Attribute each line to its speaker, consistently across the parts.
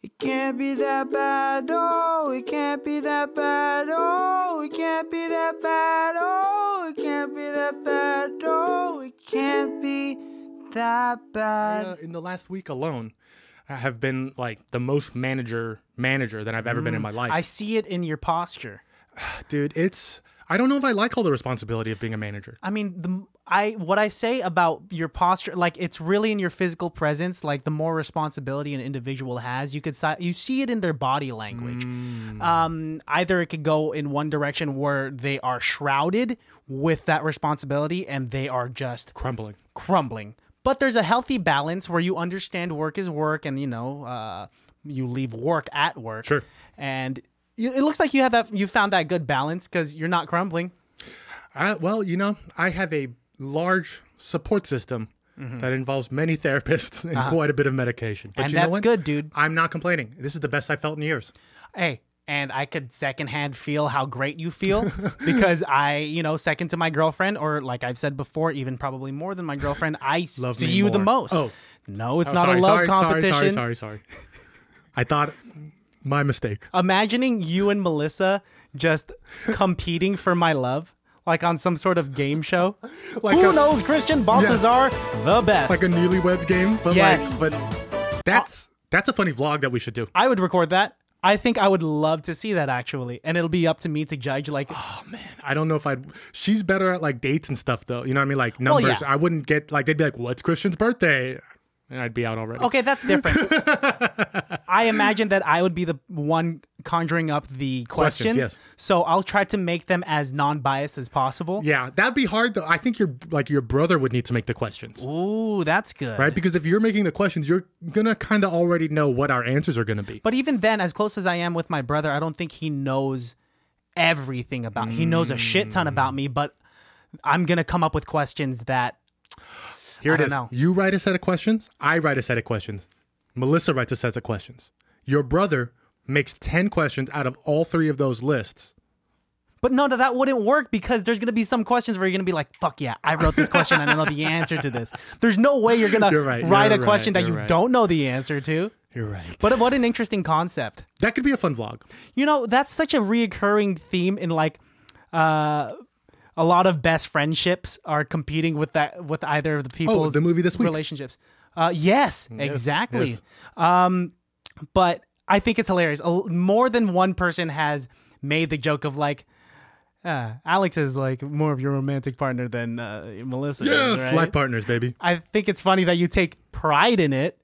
Speaker 1: It can't be that bad, oh, it can't be that bad, oh, it can't be that bad, oh, it can't be that bad, oh, it can't be that bad.
Speaker 2: uh, in the last week alone, I have been like the most manager manager that I've ever been in my life.
Speaker 3: I see it in your posture.
Speaker 2: Mm, Dude, it's I don't know if I like all the responsibility of being a manager.
Speaker 3: I mean, the I what I say about your posture, like it's really in your physical presence. Like the more responsibility an individual has, you could si- you see it in their body language.
Speaker 2: Mm.
Speaker 3: Um, either it could go in one direction where they are shrouded with that responsibility and they are just
Speaker 2: Crumbling.
Speaker 3: crumbling. But there's a healthy balance where you understand work is work, and you know uh, you leave work at work.
Speaker 2: Sure.
Speaker 3: And you, it looks like you have that. You found that good balance because you're not crumbling.
Speaker 2: I, well, you know, I have a large support system that involves many therapists and quite a bit of medication. But
Speaker 3: And
Speaker 2: you know
Speaker 3: that's
Speaker 2: what?
Speaker 3: good, dude.
Speaker 2: I'm not complaining. This is the best I felt in years.
Speaker 3: Hey. And I could secondhand feel how great you feel because I, you know, second to my girlfriend, or like I've said before, even probably more than my girlfriend, I
Speaker 2: Love
Speaker 3: see
Speaker 2: me
Speaker 3: you the
Speaker 2: more.
Speaker 3: most.
Speaker 2: Oh.
Speaker 3: no, it's
Speaker 2: Oh,
Speaker 3: not
Speaker 2: sorry,
Speaker 3: a love
Speaker 2: sorry,
Speaker 3: competition.
Speaker 2: Sorry, sorry, sorry, sorry. I thought my mistake.
Speaker 3: imagining you and Melissa just competing for my love, like on some sort of game show.
Speaker 2: Like
Speaker 3: Who
Speaker 2: a-
Speaker 3: knows Christian Baltazar the best?
Speaker 2: Like a newlyweds game, but
Speaker 3: Yes.
Speaker 2: like but that's that's a funny vlog that we should do.
Speaker 3: I would record that. I think I would love to see that actually, and it'll be up to me to judge. Like,
Speaker 2: I don't know if I'd. She's better at like dates and stuff, though. You know what I mean? Like numbers.
Speaker 3: yeah.
Speaker 2: I wouldn't get like they'd be like, "What's Christian's birthday?" And I'd be out already.
Speaker 3: okay, that's different. I imagine that I would be the one conjuring up the questions,
Speaker 2: Questions, yes.
Speaker 3: so I'll try to make them as non-biased as possible.
Speaker 2: Yeah, that'd be hard though. I think your like your brother would need to make the questions,
Speaker 3: Ooh, that's good.
Speaker 2: right? Because if you're making the questions, you're gonna kind of already know what our answers are gonna be.
Speaker 3: But even then, as close as I am with my brother, I don't think he knows everything about. He knows a shit ton about me, but I'm gonna come up with questions that
Speaker 2: Here
Speaker 3: I
Speaker 2: it
Speaker 3: don't
Speaker 2: is.
Speaker 3: know.
Speaker 2: You write a set of questions. I write a set of questions. Melissa writes a set of questions. Your brother makes ten questions out of all three of those lists.
Speaker 3: But no, no, that wouldn't work because there's gonna be some questions where you're gonna be like, "Fuck yeah, I wrote this question and I know the answer to this." There's no way you're gonna
Speaker 2: You're right,
Speaker 3: write
Speaker 2: you're
Speaker 3: a question
Speaker 2: right,
Speaker 3: that you
Speaker 2: you're right.
Speaker 3: don't know the answer to.
Speaker 2: You're right. But
Speaker 3: But what an interesting concept.
Speaker 2: that could be a fun vlog.
Speaker 3: You know, that's such a reoccurring theme in like uh a lot of best friendships are competing with that with either of the people's
Speaker 2: Oh, the movie this week.
Speaker 3: relationships. Uh yes, exactly.
Speaker 2: yes.
Speaker 3: Um but I think it's hilarious. A- More than one person has made the joke of like uh, Alex is like more of your romantic partner than uh, Melissa. is,
Speaker 2: Yes,
Speaker 3: right?
Speaker 2: life partners, baby.
Speaker 3: I think it's funny that you take pride in it.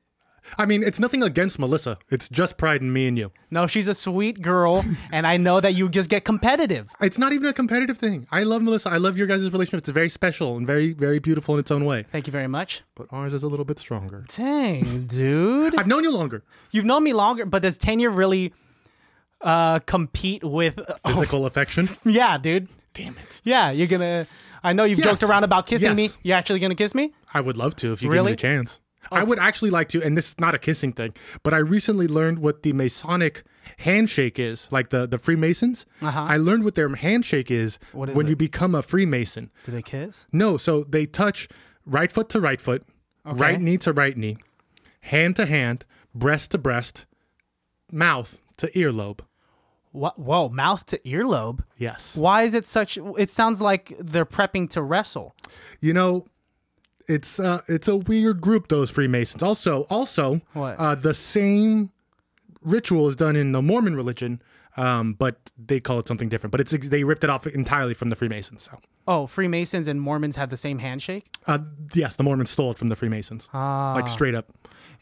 Speaker 2: I mean, it's nothing against Melissa. It's just pride in me and you.
Speaker 3: No, she's a sweet girl, and I know that you just get competitive.
Speaker 2: It's not even a competitive thing. I love Melissa. I love your guys' relationship. It's very special and very, very beautiful in its own way.
Speaker 3: Thank you very much.
Speaker 2: But ours is a little bit stronger.
Speaker 3: Dang, dude.
Speaker 2: I've known you longer.
Speaker 3: You've known me longer, but does tenure really uh compete with oh,
Speaker 2: Physical affection.
Speaker 3: Yeah, dude.
Speaker 2: Damn it.
Speaker 3: Yeah, you're gonna I know you've
Speaker 2: Yes.
Speaker 3: joked around about kissing
Speaker 2: Yes.
Speaker 3: me. You actually gonna kiss me?
Speaker 2: I would love to if you
Speaker 3: Really? Oh.
Speaker 2: give me the chance. I would actually like to, and this is not a kissing thing, but I recently learned what the Masonic handshake is, like the, the Freemasons.
Speaker 3: Uh-huh.
Speaker 2: I learned what their handshake is,
Speaker 3: What is
Speaker 2: when
Speaker 3: it?
Speaker 2: you become a Freemason.
Speaker 3: Do they kiss?
Speaker 2: No, so they touch right foot to right foot, right knee to right knee, hand to hand, breast to breast, mouth to earlobe.
Speaker 3: What whoa, mouth to earlobe.
Speaker 2: Yes.
Speaker 3: Why is it such it sounds like they're prepping to wrestle.
Speaker 2: You know, it's uh it's a weird group those Freemasons. Also, also
Speaker 3: What?
Speaker 2: uh the same ritual is done in the Mormon religion. Um, but they call it something different. But it's they ripped it off entirely from the Freemasons. So,
Speaker 3: Oh, Freemasons and Mormons have the same handshake?
Speaker 2: uh, yes, the Mormons stole it from the Freemasons, like straight up.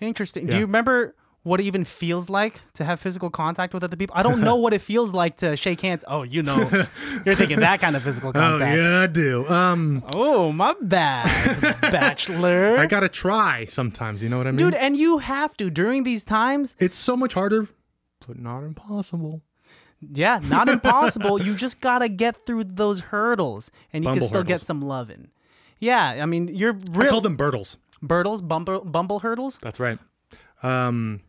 Speaker 3: Interesting. Do you remember what it even feels like to have physical contact with other people? I don't know what it feels like to shake hands. Oh, you know. You're thinking that kind of physical
Speaker 2: Oh
Speaker 3: contact.
Speaker 2: yeah, I do. Um,
Speaker 3: Oh, my bad, bachelor.
Speaker 2: I gotta try sometimes. You know what I mean?
Speaker 3: Dude, and you have to during these times.
Speaker 2: It's so much harder, but not impossible.
Speaker 3: Yeah, not impossible. you just gotta get through those hurdles, and you
Speaker 2: Bumble
Speaker 3: can still get
Speaker 2: hurdles.
Speaker 3: some loving. Yeah, I mean, you're
Speaker 2: I
Speaker 3: real
Speaker 2: call them birdles.
Speaker 3: birdles, bumble, bumble hurdles.
Speaker 2: That's right. Um,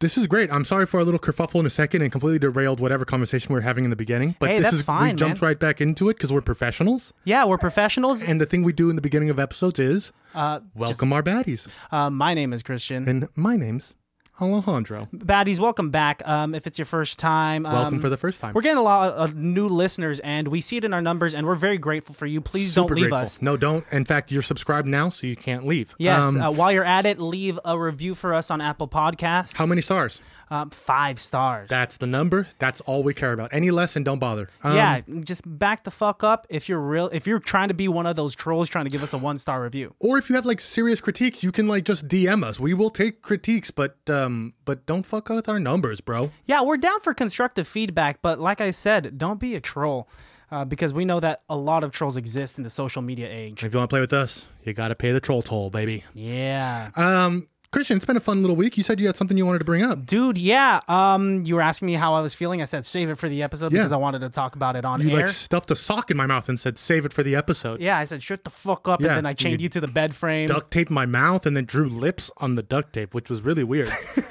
Speaker 2: this is great. I'm sorry for our little kerfuffle in a second and completely derailed whatever conversation we were having in the beginning. But
Speaker 3: Hey,
Speaker 2: this
Speaker 3: that's
Speaker 2: is
Speaker 3: fine,
Speaker 2: we jumped
Speaker 3: man.
Speaker 2: right back into it because we're professionals.
Speaker 3: Yeah, we're professionals.
Speaker 2: And the thing we do in the beginning of episodes is
Speaker 3: Uh,
Speaker 2: welcome our baddies.
Speaker 3: uh, my name is Christian.
Speaker 2: And my name's Alejandro.
Speaker 3: Baddies, welcome back. Um, if it's your first time, um,
Speaker 2: Welcome for the first time.
Speaker 3: We're getting a lot of new listeners, and we see it in our numbers, and we're very grateful for you. Please don't
Speaker 2: Super
Speaker 3: leave
Speaker 2: grateful.
Speaker 3: us.
Speaker 2: No, don't. In fact, you're subscribed now, so you can't leave.
Speaker 3: Yes.
Speaker 2: Um,
Speaker 3: uh, while you're at it, leave a review for us on Apple Podcasts.
Speaker 2: how many stars?
Speaker 3: Um, five stars.
Speaker 2: That's the number. That's all we care about. Any less, and don't bother. Um,
Speaker 3: yeah, just back the fuck up if you're real. If you're trying to be one of those trolls trying to give us a one star review,
Speaker 2: Or if you have like serious critiques, you can like just DM us. We will take critiques, but um, but don't fuck with our numbers, bro.
Speaker 3: yeah, we're down for constructive feedback. But like I said, don't be a troll, uh, because we know that a lot of trolls exist in the social media age.
Speaker 2: If you want to play with us, you got to pay the troll toll, baby.
Speaker 3: Yeah,
Speaker 2: Um, Christian, it's been a fun little week. You said you had something you wanted to bring up.
Speaker 3: dude. Yeah. Um, you were asking me how I was feeling. I said save it for the episode because I wanted to talk about it on
Speaker 2: You
Speaker 3: air.
Speaker 2: like stuffed a sock in my mouth and said, "Save it for the episode."
Speaker 3: yeah, I said shut the fuck up,
Speaker 2: Yeah,
Speaker 3: and then I chained
Speaker 2: you
Speaker 3: you, to the bed frame.
Speaker 2: Duct taped my mouth and then drew lips on the duct tape, which was really weird.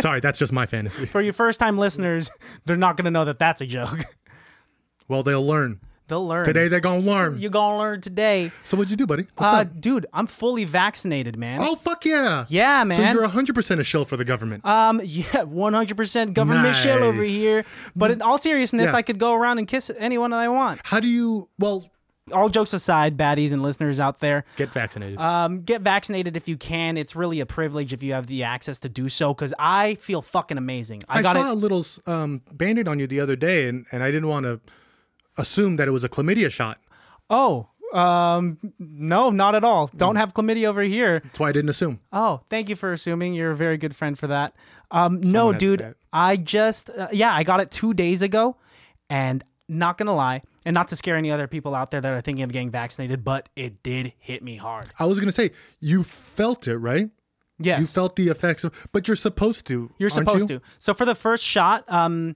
Speaker 2: Sorry, that's just my fantasy.
Speaker 3: For your first time listeners, they're not gonna know that that's a joke.
Speaker 2: Well, they'll learn
Speaker 3: They'll learn
Speaker 2: today. They're gonna learn.
Speaker 3: You're gonna learn today.
Speaker 2: So what'd you do, buddy? What's
Speaker 3: Uh,
Speaker 2: up?
Speaker 3: dude, I'm fully vaccinated, man.
Speaker 2: Oh fuck yeah!
Speaker 3: Yeah,
Speaker 2: So
Speaker 3: man.
Speaker 2: you're 100 percent a shill for the government.
Speaker 3: um, yeah, 100% government shell over
Speaker 2: Nice.
Speaker 3: here. But in all seriousness,
Speaker 2: Yeah.
Speaker 3: I could go around and kiss anyone that I want.
Speaker 2: How do you? Well,
Speaker 3: All jokes aside, baddies and listeners out there,
Speaker 2: get vaccinated.
Speaker 3: um, get vaccinated if you can. It's really a privilege if you have the access to do so. Because I feel fucking amazing. I,
Speaker 2: I
Speaker 3: got
Speaker 2: saw
Speaker 3: it.
Speaker 2: a little um, bandit on you the other day, and, and I didn't want to assume that it was a chlamydia shot.
Speaker 3: Oh, um, no, not at all. Don't
Speaker 2: Hmm.
Speaker 3: have chlamydia over here.
Speaker 2: That's why I didn't assume.
Speaker 3: Oh, thank you for assuming. You're a very good friend for that. Um, no,
Speaker 2: had to say
Speaker 3: dude,
Speaker 2: it.
Speaker 3: I just uh, yeah, I got it two days ago, and not gonna lie, and not to scare any other people out there that are thinking of getting vaccinated, but it did hit me hard.
Speaker 2: I was gonna say you felt it, right?
Speaker 3: Yes,
Speaker 2: You felt the effects, of, but you're supposed to.
Speaker 3: You're supposed to. So for the first shot, um,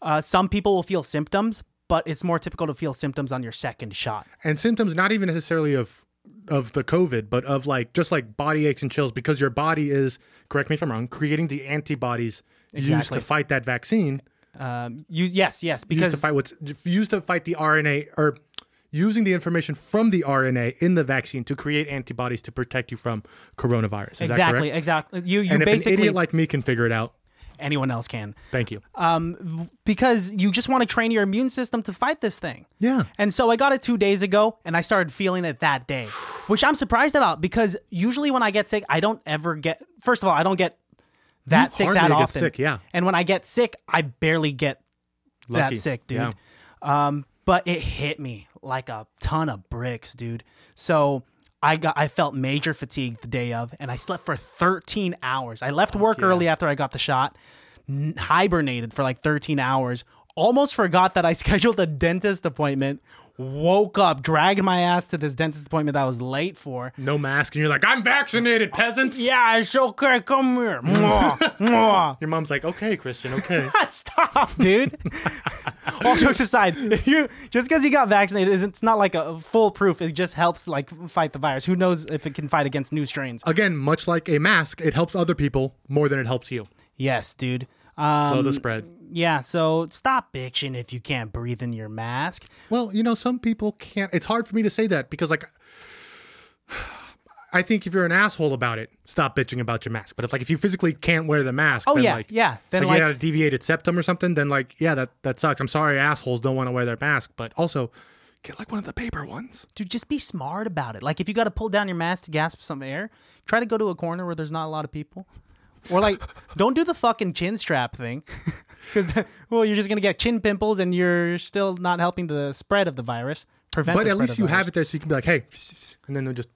Speaker 3: uh, some people will feel symptoms, but it's more typical to feel symptoms on your second shot.
Speaker 2: And symptoms, not even necessarily of of the COVID, but of like just like body aches and chills, because your body is correct me if I'm wrong, creating the antibodies used
Speaker 3: Exactly.
Speaker 2: to fight that vaccine,
Speaker 3: Um, you yes, yes,
Speaker 2: used to
Speaker 3: because
Speaker 2: fight what's used to fight the RNA or using the information from the RNA in the vaccine to create antibodies to protect you from coronavirus. Is That
Speaker 3: exactly,
Speaker 2: correct?
Speaker 3: exactly. You you
Speaker 2: And if an
Speaker 3: basically
Speaker 2: idiot like me can figure it out,
Speaker 3: anyone else can.
Speaker 2: thank you.
Speaker 3: because you just want to train your immune system to fight this thing.
Speaker 2: Yeah.
Speaker 3: And so I got it two days ago and I started feeling it that day, which I'm surprised about because usually when I get sick, I don't ever get, first of all, I don't get that
Speaker 2: You
Speaker 3: sick
Speaker 2: hardly
Speaker 3: that
Speaker 2: get
Speaker 3: often.
Speaker 2: sick, yeah.
Speaker 3: And when I get sick, I barely get
Speaker 2: Lucky.
Speaker 3: that sick, dude.
Speaker 2: Yeah.
Speaker 3: Um, but it hit me like a ton of bricks, dude. So I got I felt major fatigue the day of, and I slept for 13 hours. I left work early after I got the shot, n- hibernated for like 13 hours. Almost forgot that I scheduled a dentist appointment. Woke up, dragged my ass to this dentist appointment that I was late for.
Speaker 2: No mask, and you're like, I'm vaccinated, peasants.
Speaker 3: Yeah, it's okay. Come here. Mwah, mwah.
Speaker 2: Your mom's like, okay, Christian, okay.
Speaker 3: Stop, dude. All jokes aside, if you just because you got vaccinated, isn't- it's not like a foolproof. It just helps like fight the virus. Who knows if it can fight against new strains?
Speaker 2: Again, much like a mask, it helps other people more than it helps you.
Speaker 3: Yes, dude. Um,
Speaker 2: Slow the spread.
Speaker 3: yeah, so stop bitching if you can't breathe in your mask.
Speaker 2: Well, you know, some people can't. It's hard for me to say that because, like, I think if you're an asshole about it, stop bitching about your mask. But if like if you physically can't wear the mask,
Speaker 3: Oh
Speaker 2: then,
Speaker 3: yeah,
Speaker 2: like,
Speaker 3: yeah. Then
Speaker 2: like,
Speaker 3: like,
Speaker 2: you had a deviated septum or something, then like yeah, that that sucks. I'm sorry, assholes don't want to wear their mask, but also get like one of the paper ones.
Speaker 3: dude, just be smart about it. Like, if you got to pull down your mask to gasp some air, try to go to a corner where there's not a lot of people. Or like, don't do the fucking chin strap thing, because well, you're just gonna get chin pimples, and you're still not helping the spread of the virus. Prevent.
Speaker 2: But
Speaker 3: the
Speaker 2: at
Speaker 3: spread
Speaker 2: least
Speaker 3: of
Speaker 2: you
Speaker 3: the
Speaker 2: have
Speaker 3: virus.
Speaker 2: it there, so you can be like, hey, and then they'll just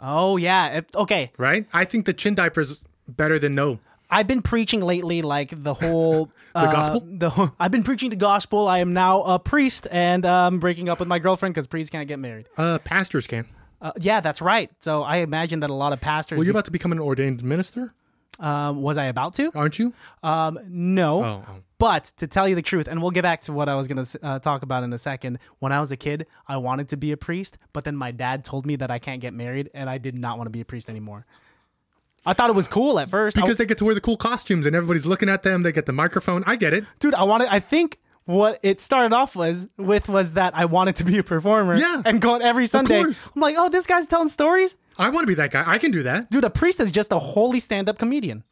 Speaker 3: Oh yeah. It- okay.
Speaker 2: right. I think the chin diaper is better than no.
Speaker 3: I've been preaching lately, like the whole the
Speaker 2: gospel?
Speaker 3: The whole, I've been preaching the gospel. I am now a priest, and um, breaking up with my girlfriend because priests can't get married.
Speaker 2: Uh, pastors can.
Speaker 3: Uh, yeah, that's right. So I imagine that a lot of pastors.
Speaker 2: Well, you're about to become an ordained minister,
Speaker 3: um, was I about to?
Speaker 2: aren't you?
Speaker 3: Um, no.
Speaker 2: Oh, oh.
Speaker 3: But to tell you the truth, and we'll get back to what I was going to uh, talk about in a second. When I was a kid, I wanted to be a priest, but then my dad told me that I can't get married, and I did not want to be a priest anymore. I thought it was cool at first. I-
Speaker 2: Because they get to wear the cool costumes and everybody's looking at them. They get the microphone. I get it.
Speaker 3: dude, I wanted. I think what it started off was with was that I wanted to be a performer.
Speaker 2: Yeah.
Speaker 3: and go on every Sunday.
Speaker 2: course.
Speaker 3: I'm like, oh, this guy's telling stories.
Speaker 2: I want to be that guy. I can do that.
Speaker 3: Dude, a priest is just a holy stand-up comedian.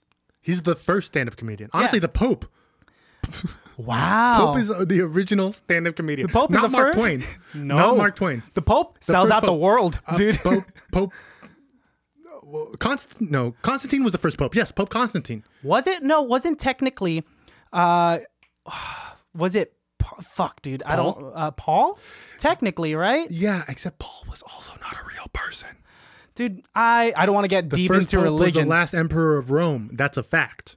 Speaker 2: He's the first stand up comedian. Honestly,
Speaker 3: Yeah.
Speaker 2: the Pope.
Speaker 3: Wow.
Speaker 2: Pope is the original stand up comedian. The
Speaker 3: Pope is
Speaker 2: Not
Speaker 3: the
Speaker 2: Mark
Speaker 3: first-
Speaker 2: Twain.
Speaker 3: no.
Speaker 2: Not Mark Twain.
Speaker 3: The Pope sells
Speaker 2: first
Speaker 3: out the
Speaker 2: Pope.
Speaker 3: world,
Speaker 2: Uh,
Speaker 3: dude.
Speaker 2: Pope. Pope. well, Const- no, Constantine was the first Pope. Yes, Pope Constantine.
Speaker 3: Was it? No, wasn't technically. Uh, was it? Pa- Fuck, dude. I don't. Uh, Paul? Technically, right?
Speaker 2: Yeah, except Paul was also not a real person.
Speaker 3: Dude, I, I don't want to get deep
Speaker 2: First
Speaker 3: into
Speaker 2: Pope was
Speaker 3: religion.
Speaker 2: the last emperor of Rome. That's a fact.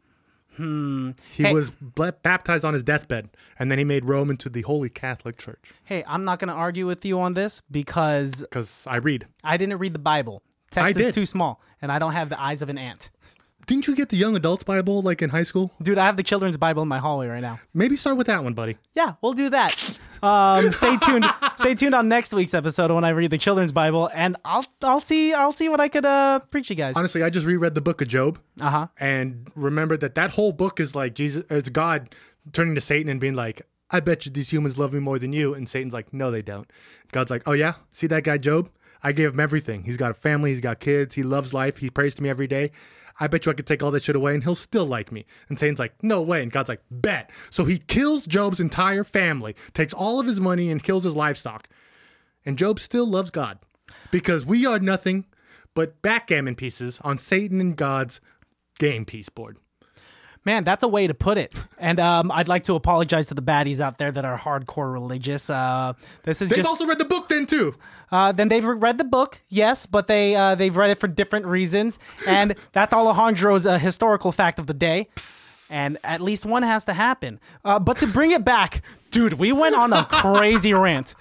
Speaker 2: He
Speaker 3: Hmm. Hey-
Speaker 2: was ble- baptized on his deathbed, and then he made Rome into the Holy Catholic Church.
Speaker 3: hey, I'm not going to argue with you on this because
Speaker 2: Because I read.
Speaker 3: I didn't read the Bible. Text
Speaker 2: did.
Speaker 3: is too small, and I don't have the eyes of an ant.
Speaker 2: Didn't you get the Young Adults Bible like in high school?
Speaker 3: Dude, I have the children's Bible in my hallway right now.
Speaker 2: Maybe start with that one, buddy.
Speaker 3: Yeah, we'll do that. Um, stay tuned. stay tuned on next week's episode when I read the children's Bible, and I'll I'll see I'll see what I could uh, preach you guys.
Speaker 2: Honestly, I just reread the book of Job
Speaker 3: Uh huh. and
Speaker 2: and remembered that that whole book is like Jesus, it's God turning to Satan and being like, "I bet you these humans love me more than you," and Satan's like, "No, they don't." God's like, "Oh yeah, see that guy Job? I gave him everything. He's got a family, he's got kids, he loves life, he prays to me every day." I bet you I could take all that shit away and he'll still like me. And Satan's like, no way. And God's like, bet. So he kills Job's entire family, takes all of his money, and kills his livestock. And Job still loves God because we are nothing but backgammon pieces on Satan and God's game piece board.
Speaker 3: Man, that's a way to put it. And um, I'd like to apologize to the baddies out there that are hardcore religious. Uh, this is
Speaker 2: They've
Speaker 3: just
Speaker 2: also read the book then too.
Speaker 3: uh, then they've read the book, yes, but they uh, they've read it for different reasons, and that's Alejandro's uh, historical fact of the day. And at least one has to happen. Uh, but to bring it back, dude, we went on a crazy rant.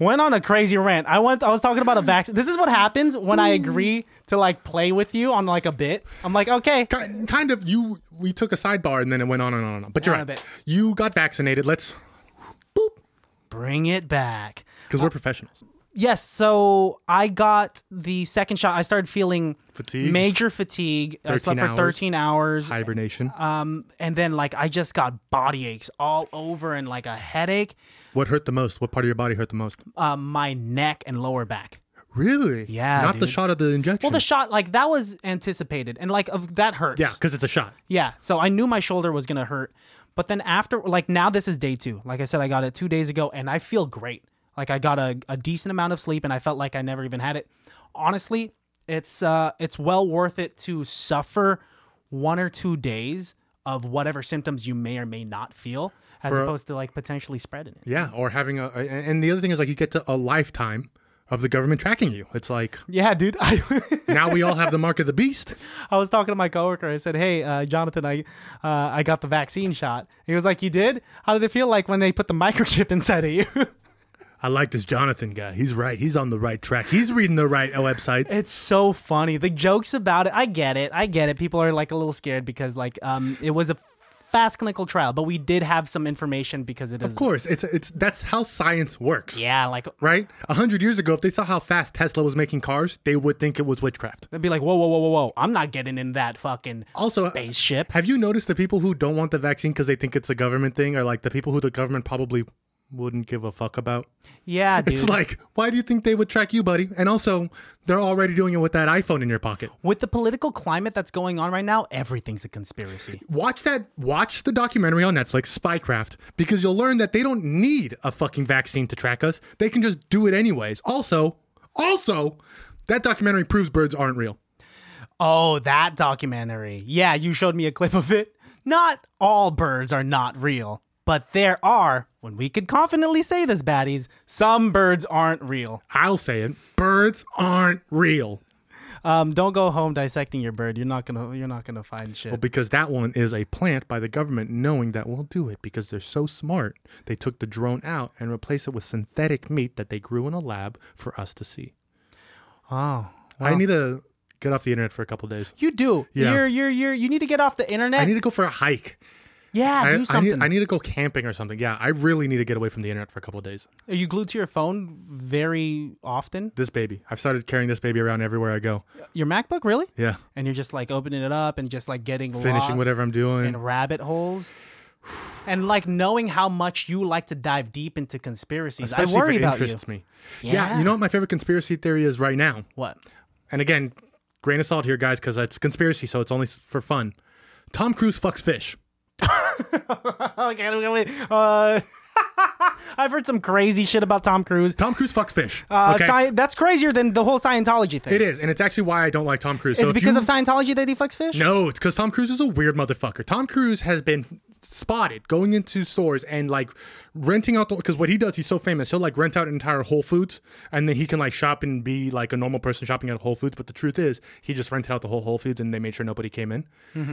Speaker 3: Went on a crazy rant. I went. I was talking about a vaccine. This is what happens when I agree to like play with you on like a bit. I'm like, okay,
Speaker 2: Ki- Kind of you. We took a sidebar and then it went on and on and on. But you're
Speaker 3: On a
Speaker 2: right.
Speaker 3: bit.
Speaker 2: You got vaccinated. Let's
Speaker 3: bring it back.
Speaker 2: because we're professionals.
Speaker 3: Yes, so I got the second shot. I started feeling
Speaker 2: Fatigue?
Speaker 3: major fatigue. I
Speaker 2: 13
Speaker 3: slept for
Speaker 2: hours?
Speaker 3: 13 hours.
Speaker 2: Hibernation.
Speaker 3: Um, and then like I just got body aches all over and like a headache,
Speaker 2: what hurt the most? What part of your body hurt the most?
Speaker 3: uh, my neck and lower back.
Speaker 2: Really?
Speaker 3: Yeah,
Speaker 2: Not the
Speaker 3: dude.
Speaker 2: shot of the injection.
Speaker 3: Well, the shot like that was anticipated, and like of that hurts.
Speaker 2: yeah, because it's a shot.
Speaker 3: yeah. So I knew my shoulder was gonna hurt, but then after like now this is day two. Like I said, I got it two days ago, and I feel great. Like I got a, a decent amount of sleep, and I felt like I never even had it. Honestly, it's uh it's well worth it to suffer one or two days of whatever symptoms you may or may not feel, as
Speaker 2: For a-
Speaker 3: opposed to like potentially spreading it.
Speaker 2: Yeah, or having a. And the other thing is like you get to a lifetime of the government tracking you. It's like
Speaker 3: Yeah, dude. I,
Speaker 2: now we all have the mark of the beast.
Speaker 3: I was talking to my coworker. I said, "Hey, uh, Jonathan, I uh, I got the vaccine shot." He was like, "You did? How did it feel like when they put the microchip inside of you?"
Speaker 2: I like this Jonathan guy. He's right. He's on the right track. He's reading the right websites.
Speaker 3: It's so funny. The jokes about it. I get it. I get it. People are like a little scared because like um it was a fast clinical trial, but we did have some information because it is
Speaker 2: Of course, it's it's that's how science works.
Speaker 3: yeah like
Speaker 2: Right? A hundred years ago, if they saw how fast Tesla was making cars, they would think it was witchcraft.
Speaker 3: they'd be like whoa whoa whoa whoa whoa I'm not getting in that fucking
Speaker 2: Also, uh,
Speaker 3: spaceship.
Speaker 2: Have you noticed the people who don't want the vaccine because they think it's a government thing, or like the people who the government probably wouldn't give a fuck about?
Speaker 3: yeah, dude.
Speaker 2: It's like, why do you think they would track you, buddy? And also, they're already doing it with that iPhone in your pocket.
Speaker 3: With the political climate that's going on right now, everything's a conspiracy.
Speaker 2: Watch that. Watch the documentary on Netflix, Spycraft, because you'll learn that they don't need a fucking vaccine to track us. They can just do it anyways. Also, also, that documentary proves birds aren't real.
Speaker 3: Oh, that documentary. Yeah, you showed me a clip of it. Not all birds are not real, but there are, when we could confidently say this, baddies, some birds aren't real.
Speaker 2: I'll say it. Birds aren't real.
Speaker 3: Um, don't go home dissecting your bird. You're not gonna you're not gonna find shit.
Speaker 2: Because that one is a plant by the government knowing that we'll do it because they're so smart. They took the drone out and replaced it with synthetic meat that they grew in a lab for us to see.
Speaker 3: Oh.
Speaker 2: I need to get off the internet for a couple days.
Speaker 3: You do.
Speaker 2: Yeah.
Speaker 3: You're you're you're you need to get off the internet.
Speaker 2: I need to go for a hike.
Speaker 3: yeah,
Speaker 2: I, I
Speaker 3: do
Speaker 2: need-
Speaker 3: something.
Speaker 2: I need to go camping or something. Yeah, I really need to get away from the internet for a couple of days.
Speaker 3: Are you glued to your phone very often?
Speaker 2: This baby. I've started carrying this baby around everywhere I go.
Speaker 3: Your MacBook, really?
Speaker 2: Yeah.
Speaker 3: And you're just like opening it up and just like getting
Speaker 2: Finishing
Speaker 3: lost.
Speaker 2: whatever I'm doing.
Speaker 3: and rabbit holes. And like knowing how much you like to dive deep into conspiracies,
Speaker 2: Especially
Speaker 3: I worry
Speaker 2: if it
Speaker 3: about you.
Speaker 2: interests me. yeah,
Speaker 3: Yeah.
Speaker 2: you know what my favorite conspiracy theory is right now?
Speaker 3: What?
Speaker 2: and again, grain of salt here, guys, because it's conspiracy, so it's only s- for fun. Tom Cruise fucks fish.
Speaker 3: Oh, okay, wait, wait. Uh, I've heard some crazy shit about Tom Cruise.
Speaker 2: Tom Cruise fucks fish.
Speaker 3: Uh,
Speaker 2: okay?
Speaker 3: sci- that's crazier than the whole Scientology thing.
Speaker 2: it is, and it's actually why I don't like Tom Cruise.
Speaker 3: Is
Speaker 2: so
Speaker 3: it
Speaker 2: if
Speaker 3: because
Speaker 2: you,
Speaker 3: of Scientology that he fucks fish?
Speaker 2: No, it's because Tom Cruise is a weird motherfucker. Tom Cruise has been spotted going into stores and like renting out the because what he does he's so famous he'll like rent out entire whole foods and then he can like shop and be like a normal person shopping at whole foods but the truth is he just rented out the whole whole foods and they made sure nobody came in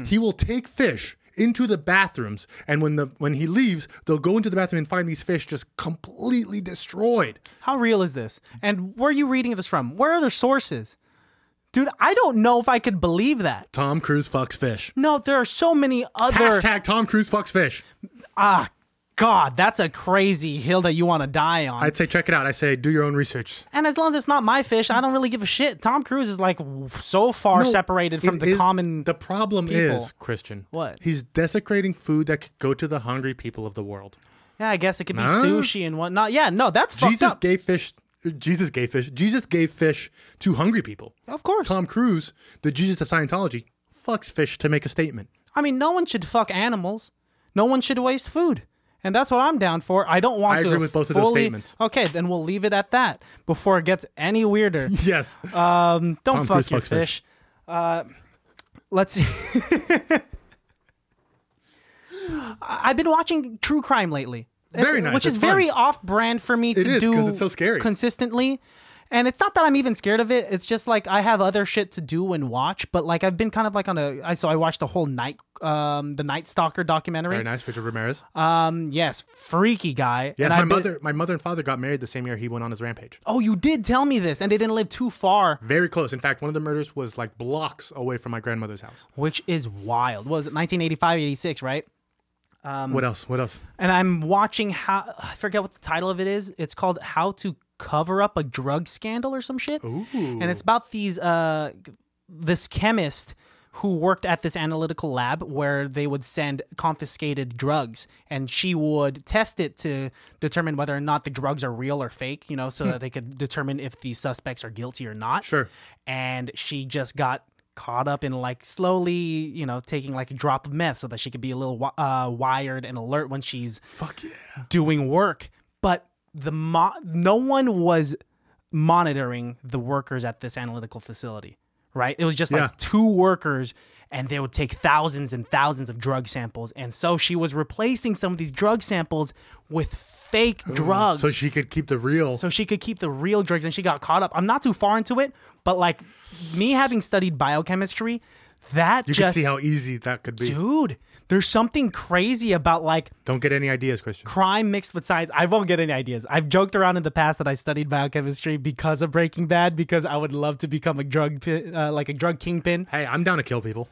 Speaker 2: he will take fish into the bathrooms and when the when he leaves they'll go into the bathroom and find these fish just completely destroyed
Speaker 3: How real is this? And where are you reading this from? Where are their sources? Dude, I don't know if I could believe that.
Speaker 2: tom cruise fucks fish
Speaker 3: No, there are so many other.
Speaker 2: hashtag tom cruise fucks fish
Speaker 3: Ah, God, that's a crazy hill that you want to die on.
Speaker 2: i'd say check it out i say do your own research
Speaker 3: and as long as it's not my fish, I don't really give a shit. Tom Cruise is like w- so far
Speaker 2: No,
Speaker 3: separated from
Speaker 2: it
Speaker 3: the
Speaker 2: is-
Speaker 3: common.
Speaker 2: The problem
Speaker 3: people.
Speaker 2: is Christian.
Speaker 3: What?
Speaker 2: He's desecrating food that could go to the hungry people of the world.
Speaker 3: yeah, I guess it could be
Speaker 2: Huh?
Speaker 3: sushi and whatnot. Yeah, no, that's
Speaker 2: Jesus
Speaker 3: fucked up.
Speaker 2: gave fish. Jesus gave fish. Jesus gave fish to hungry people.
Speaker 3: Of course.
Speaker 2: Tom Cruise, the Jesus of Scientology, fucks fish to make a statement.
Speaker 3: I mean, no one should fuck animals. No one should waste food. And that's what I'm down for. I don't want
Speaker 2: I
Speaker 3: to
Speaker 2: agree with both of those
Speaker 3: fully-
Speaker 2: statements.
Speaker 3: Okay, then we'll leave it at that before it gets any weirder.
Speaker 2: Yes.
Speaker 3: Um, don't
Speaker 2: Tom
Speaker 3: fuck
Speaker 2: Cruise
Speaker 3: your
Speaker 2: fucks
Speaker 3: fish.
Speaker 2: fish.
Speaker 3: Uh, let's see. I- I've been watching true crime lately. It's-
Speaker 2: Very nice.
Speaker 3: Which
Speaker 2: It's
Speaker 3: is very
Speaker 2: fun.
Speaker 3: off-brand for me to
Speaker 2: is,
Speaker 3: do
Speaker 2: 'cause it's so scary.
Speaker 3: consistently. And it's not that I'm even scared of it. It's just like I have other shit to do and watch. But like I've been kind of like on a. I so I watched the whole night, um, the Night Stalker documentary.
Speaker 2: Very nice, Richard Ramirez.
Speaker 3: Um, yes, freaky guy.
Speaker 2: yeah,
Speaker 3: and
Speaker 2: my
Speaker 3: I've been-
Speaker 2: mother, my mother and father got married the same year he went on his rampage.
Speaker 3: Oh, you did tell me this, and they didn't live too far,
Speaker 2: Very close. In fact, one of the murders was like blocks away from my grandmother's house.
Speaker 3: which is wild. What was it 1985, 86, right? Um,
Speaker 2: what else? What else?
Speaker 3: and I'm watching how I forget what the title of it is. It's called How to Cover Up a Drug Scandal or some shit. And it's about these uh this chemist who worked at this analytical lab where they would send confiscated drugs and she would test it to determine whether or not the drugs are real or fake, you know, so that they could determine if the suspects are guilty or not
Speaker 2: Sure.
Speaker 3: and she just got caught up in like slowly, you know, taking like a drop of meth so that she could be a little wi- uh, wired and alert when she's
Speaker 2: Fuck yeah.
Speaker 3: doing work. But the mo- no one was monitoring the workers at this analytical facility, right? It was just
Speaker 2: Yeah.
Speaker 3: like two workers and they would take thousands and thousands of drug samples. And so she was replacing some of these drug samples with fake drugs
Speaker 2: So she could keep the real.
Speaker 3: so she could keep the real drugs and she got caught up. I'm not too far into it, but like me having studied biochemistry, that
Speaker 2: you could
Speaker 3: just
Speaker 2: see how easy that could be.
Speaker 3: dude, there's something crazy about like
Speaker 2: Don't get any ideas, Christian.
Speaker 3: crime mixed with science. I won't get any ideas. I've joked around in the past that I studied biochemistry because of Breaking Bad because I would love to become a drug pi- uh, like a drug kingpin.
Speaker 2: Hey, I'm down to kill people.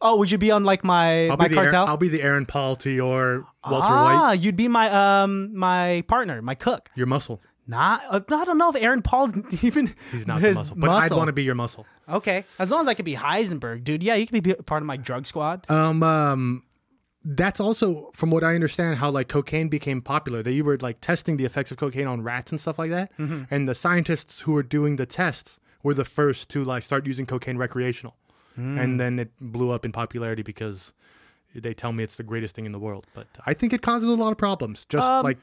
Speaker 3: Oh, would you be on like my
Speaker 2: I'll
Speaker 3: my
Speaker 2: be the Aaron-
Speaker 3: cartel?
Speaker 2: I'll be the Aaron Paul to your Walter
Speaker 3: ah,
Speaker 2: White,
Speaker 3: you'd be my um my partner, my cook.
Speaker 2: your muscle.
Speaker 3: Not, uh, I don't know if Aaron Paul's even
Speaker 2: He's not the
Speaker 3: his
Speaker 2: muscle, but I'd want to be your muscle.
Speaker 3: Okay, as long as I could be Heisenberg, dude. Yeah, you could be part of my drug squad.
Speaker 2: Um, um, that's also from what I understand how like cocaine became popular. That you were like testing the effects of cocaine on rats and stuff like that,
Speaker 3: Mm-hmm.
Speaker 2: and the scientists who were doing the tests were the first to like start using cocaine recreational,
Speaker 3: Mm.
Speaker 2: and then it blew up in popularity because they tell me it's the greatest thing in the world. But I think it causes a lot of problems, just
Speaker 3: Um,
Speaker 2: like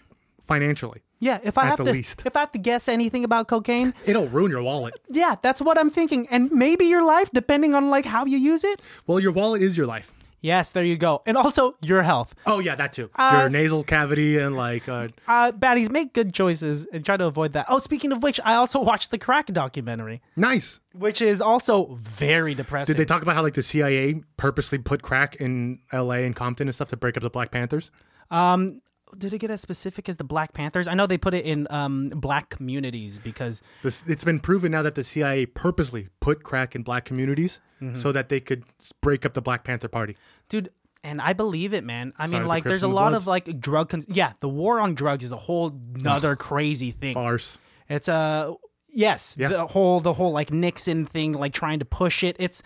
Speaker 2: financially.
Speaker 3: yeah, if I
Speaker 2: at
Speaker 3: have
Speaker 2: the
Speaker 3: to,
Speaker 2: least.
Speaker 3: if I have to guess anything about cocaine,
Speaker 2: It'll ruin your wallet.
Speaker 3: yeah, that's what I'm thinking, and maybe your life, depending on like how you use it.
Speaker 2: Well, your wallet is your life.
Speaker 3: Yes, there you go, and also your health.
Speaker 2: Oh yeah, that too. Your nasal cavity and like uh,
Speaker 3: Uh, baddies, make good choices and try to avoid that. Oh, speaking of which, I also watched the crack documentary,
Speaker 2: nice.
Speaker 3: which is also very depressing.
Speaker 2: Did they talk about how like the CIA purposely put crack in L.A. and Compton and stuff to break up the Black Panthers?
Speaker 3: Um, did it get as specific as the Black Panthers? I know they put it in um black communities because
Speaker 2: This, it's been proven now that the CIA purposely put crack in black communities so that they could s- break up the Black Panther Party.
Speaker 3: dude and i believe it man i
Speaker 2: Sign of
Speaker 3: mean
Speaker 2: the
Speaker 3: like
Speaker 2: Crips
Speaker 3: there's a
Speaker 2: and the
Speaker 3: lot
Speaker 2: Bloods.
Speaker 3: of like drug cons- yeah the war on drugs is a whole nother crazy thing
Speaker 2: Farce.
Speaker 3: it's a yes
Speaker 2: Yeah.
Speaker 3: the whole the whole like nixon thing like trying to push it it's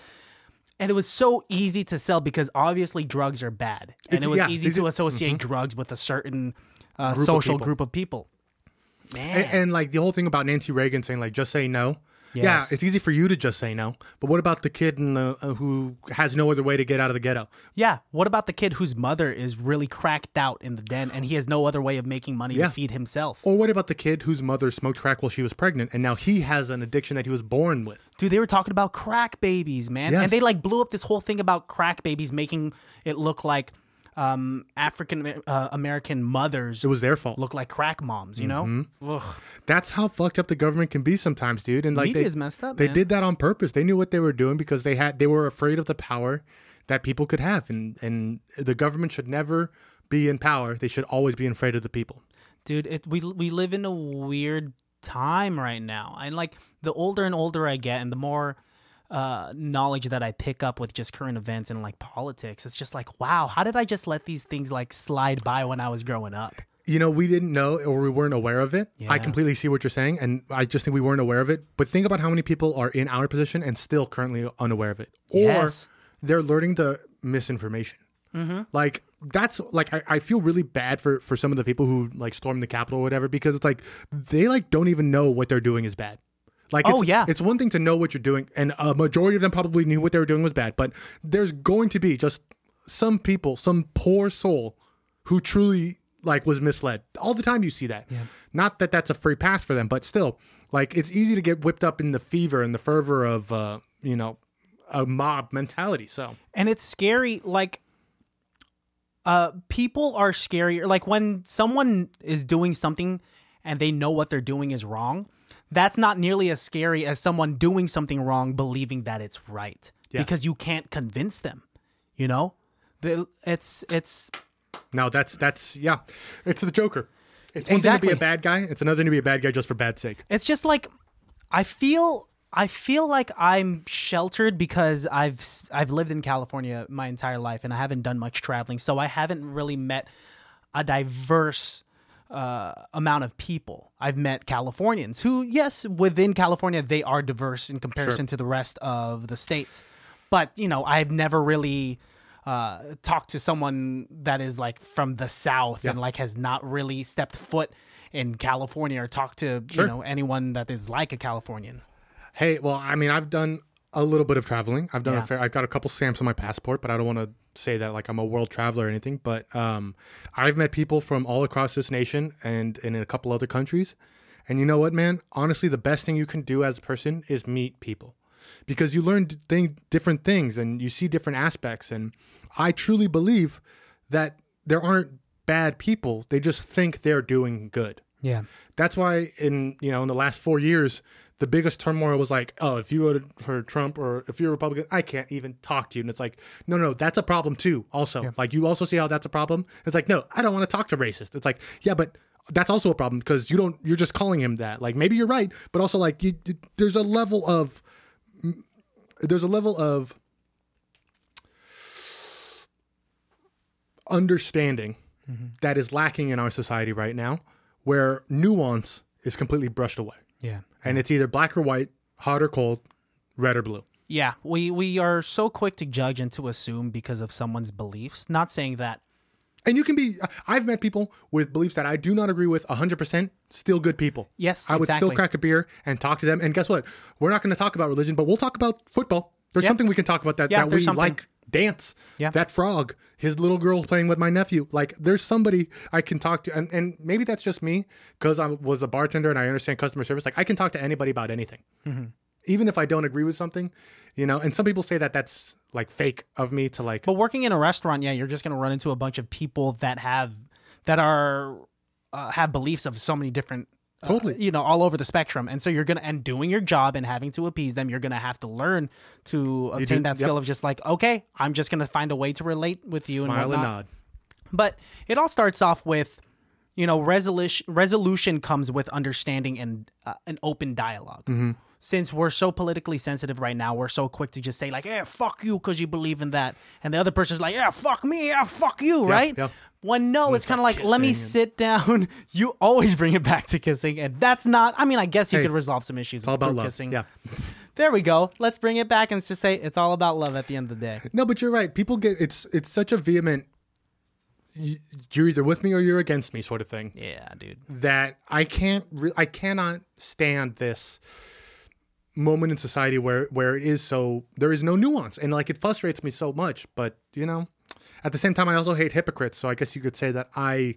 Speaker 3: and it was so easy to sell because obviously drugs are bad and
Speaker 2: It's- e-,
Speaker 3: it was
Speaker 2: yeah,
Speaker 3: easy
Speaker 2: it's- mm-hmm.
Speaker 3: to associate drugs with a certain uh, social
Speaker 2: people.
Speaker 3: group of people
Speaker 2: And,
Speaker 3: man
Speaker 2: and like the whole thing about Nancy Reagan saying like just say no.
Speaker 3: Yes.
Speaker 2: Yeah, it's easy for you to just say no. But what about the kid in the, uh, who has no other way to get out of the ghetto?
Speaker 3: Yeah. What about the kid whose mother is really cracked out in the den and he has no other way of making money
Speaker 2: Yeah.
Speaker 3: to feed himself?
Speaker 2: Or what about the kid whose mother smoked crack while she was pregnant and now he has an addiction that he was born with?
Speaker 3: Dude, they were talking about crack babies, man.
Speaker 2: Yes.
Speaker 3: And they like blew up this whole thing about crack babies making it look like um, African uh, American mothers
Speaker 2: It was their fault.
Speaker 3: look like crack moms, you know? Ugh.
Speaker 2: That's how fucked up the government can be sometimes, dude. And like
Speaker 3: Media's
Speaker 2: they,
Speaker 3: messed up,
Speaker 2: They
Speaker 3: man.
Speaker 2: did that on purpose. They knew what they were doing because they had they were afraid of the power that people could have, and and the government should never be in power. They should always be afraid of the people.
Speaker 3: Dude, it, we, we live in a weird time right now. And like the older and older I get and the more uh, knowledge that I pick up with just current events and like politics, it's just like, wow, how did I just let these things like slide by when I was growing up?
Speaker 2: You know, we didn't know or we weren't aware of it. I
Speaker 3: Yeah.
Speaker 2: completely see what you're saying, and I just think we weren't aware of it. But think about how many people are in our position and still currently unaware of it, or
Speaker 3: Yes. Mm-hmm.
Speaker 2: they're learning the misinformation. Like that's like I, I feel really bad for for some of the people who like storm the Capitol or whatever because it's like they like don't even know what they're doing is bad. Like
Speaker 3: Oh,
Speaker 2: it's-
Speaker 3: yeah.
Speaker 2: it's one thing to know what you're doing, and a majority of them probably knew what they were doing was bad. But there's going to be just some people, some poor soul, who truly like was misled. All the time you see that. Not that that's a free pass for them, but still, like it's easy to get whipped up in the fever and the fervor of uh, you know a mob mentality. So
Speaker 3: and it's scary like uh people are scarier like when someone is doing something and they know what they're doing is wrong that's not nearly as scary as someone doing something wrong believing that it's right because you can't convince them you know The- it's it's
Speaker 2: no, that's that's yeah, it's the Joker. It's one thing to be
Speaker 3: Exactly.
Speaker 2: a bad guy. It's another thing to be a bad guy just for bad sake.
Speaker 3: it's just like i feel i feel like i'm sheltered because i've s- i've lived in california my entire life and i haven't done much traveling so i haven't really met a diverse uh, amount of people i've met californians who yes within california they are diverse in comparison to the rest of the states but you know i've never really uh, talked to someone that is like from the south and like has not really stepped foot in california or talked to you know anyone that is like a californian
Speaker 2: Hey, well, I mean, I've done a little bit of traveling. I've done
Speaker 3: Yeah.
Speaker 2: a fair. I've got a couple stamps on my passport, but I don't want to say that like I'm a world traveler or anything. But um, I've met people from all across this nation and, and in a couple other countries. And you know what, man? Honestly, the best thing you can do as a person is meet people because you learn d- thing, different things and you see different aspects. And I truly believe that there aren't bad people; they just think they're doing good.
Speaker 3: yeah
Speaker 2: That's why in you know in the last four years, the biggest turmoil was like, oh, if you voted for Trump or if you're a Republican, I can't even talk to you. And it's like, no, no, that's a problem too. Also, like you also see how that's a problem. It's like, no, I don't want to talk to racist. It's like, yeah, but that's also a problem because you don't. You're just calling him that. Like maybe you're right, but also like you, you- there's a level of there's a level of understanding that is lacking in our society right now where nuance is completely brushed away
Speaker 3: yeah
Speaker 2: and it's either black or white hot or cold red or blue
Speaker 3: Yeah, we we are so quick to judge and to assume because of someone's beliefs. Not saying that.
Speaker 2: and you can be i've met people with beliefs that i do not agree with 100% still good people
Speaker 3: Yes,
Speaker 2: i would
Speaker 3: exactly.
Speaker 2: still crack a beer and talk to them and guess what we're not going to talk about religion but we'll talk about football there's
Speaker 3: Yeah.
Speaker 2: something we can talk about that,
Speaker 3: Yeah,
Speaker 2: that we
Speaker 3: there's something.
Speaker 2: like dance
Speaker 3: Yeah.
Speaker 2: that frog his little girl playing with my nephew like there's somebody i can talk to and, and maybe that's just me because i was a bartender and i understand customer service like i can talk to anybody about anything
Speaker 3: Mm-hmm.
Speaker 2: even if i don't agree with something you know and some people say that that's like fake of me to like
Speaker 3: But working in a restaurant, yeah, you're just gonna run into a bunch of people that have that are uh, have beliefs of so many different. uh,
Speaker 2: Totally.
Speaker 3: you know, all over the spectrum, and so you're gonna and doing your job and having to appease them, you're gonna have to learn to obtain
Speaker 2: do,
Speaker 3: that skill of just like, okay, I'm just gonna find a way to relate with you and
Speaker 2: smile and
Speaker 3: whatnot.
Speaker 2: nod
Speaker 3: But it all starts off with, you know, resolution. Resolution comes with understanding and uh, an open dialog
Speaker 2: Mm-hmm.
Speaker 3: Since we're so politically sensitive right now, we're so quick to just say like, "Yeah, fuck you," because you believe in that, and the other person's like, "Yeah, fuck me, yeah, fuck you," right?
Speaker 2: yeah.
Speaker 3: When no, it's kind of like, let me sit down. You always bring it back to kissing, and that's not. I mean, I guess you could resolve some issues.
Speaker 2: all about
Speaker 3: through
Speaker 2: love
Speaker 3: kissing.
Speaker 2: yeah
Speaker 3: There we go. Let's bring it back and just say it's all about love at the end of the day.
Speaker 2: No, but you're right. People get it's it's such a vehement. y- You're either with me or you're against me, sort of thing.
Speaker 3: Yeah, dude.
Speaker 2: That I can't, re- I cannot stand this moment in society where where it is so there is no nuance and like it frustrates me so much but you know at the same time i also hate hypocrites so i guess you could say that i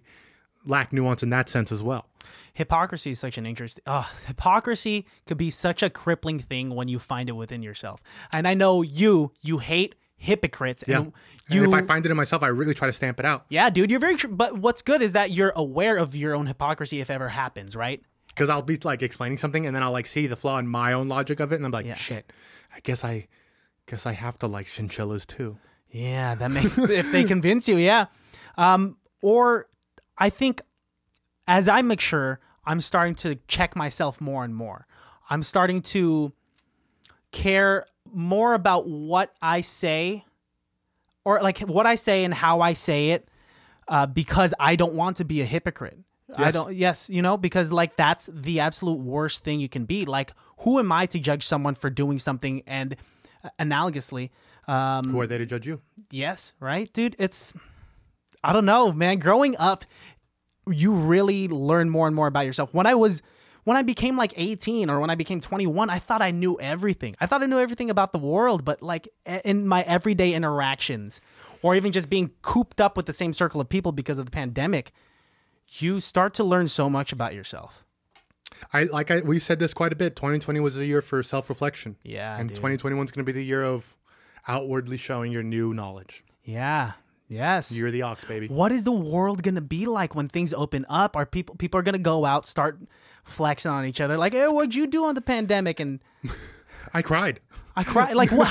Speaker 2: lack nuance in that sense as well
Speaker 3: hypocrisy is such an interesting oh, hypocrisy could be such a crippling thing when you find it within yourself and i know you you hate hypocrites
Speaker 2: yeah
Speaker 3: and you
Speaker 2: and if i find it in myself i really try to stamp it out
Speaker 3: yeah dude you're very tr- but what's good is that you're aware of your own hypocrisy if ever happens right
Speaker 2: because i'll be like explaining something and then i'll like see the flaw in my own logic of it and i'm like shit i guess i guess i have to like chinchillas too
Speaker 3: yeah that makes if they convince you yeah um or i think as i mature i'm starting to check myself more and more i'm starting to care more about what i say or like what i say and how i say it uh, because i don't want to be a hypocrite i
Speaker 2: Yes.
Speaker 3: don't yes you know because like that's the absolute worst thing you can be like who am i to judge someone for doing something and uh, analogously um
Speaker 2: who are they to judge you
Speaker 3: Yes, right, dude. It's I don't know, man. Growing up, you really learn more and more about yourself. When I was when I became like 18 or when I became 21, I thought I knew everything. I thought I knew everything about the world, but like e- in my everyday interactions or even just being cooped up with the same circle of people because of the pandemic, you start to learn so much about yourself.
Speaker 2: I like I we've said this quite a bit. 2020 was a year for self reflection.
Speaker 3: Yeah,
Speaker 2: and
Speaker 3: dude.
Speaker 2: 2021 is going to be the year of outwardly showing your new knowledge.
Speaker 3: Yeah. Yes.
Speaker 2: You're the ox, baby.
Speaker 3: what is the world gonna be like when things open up? Are people people are gonna go out, start flexing on each other, like, "Hey, what'd you do on the pandemic?" And
Speaker 2: I cried.
Speaker 3: I cry, like, "What?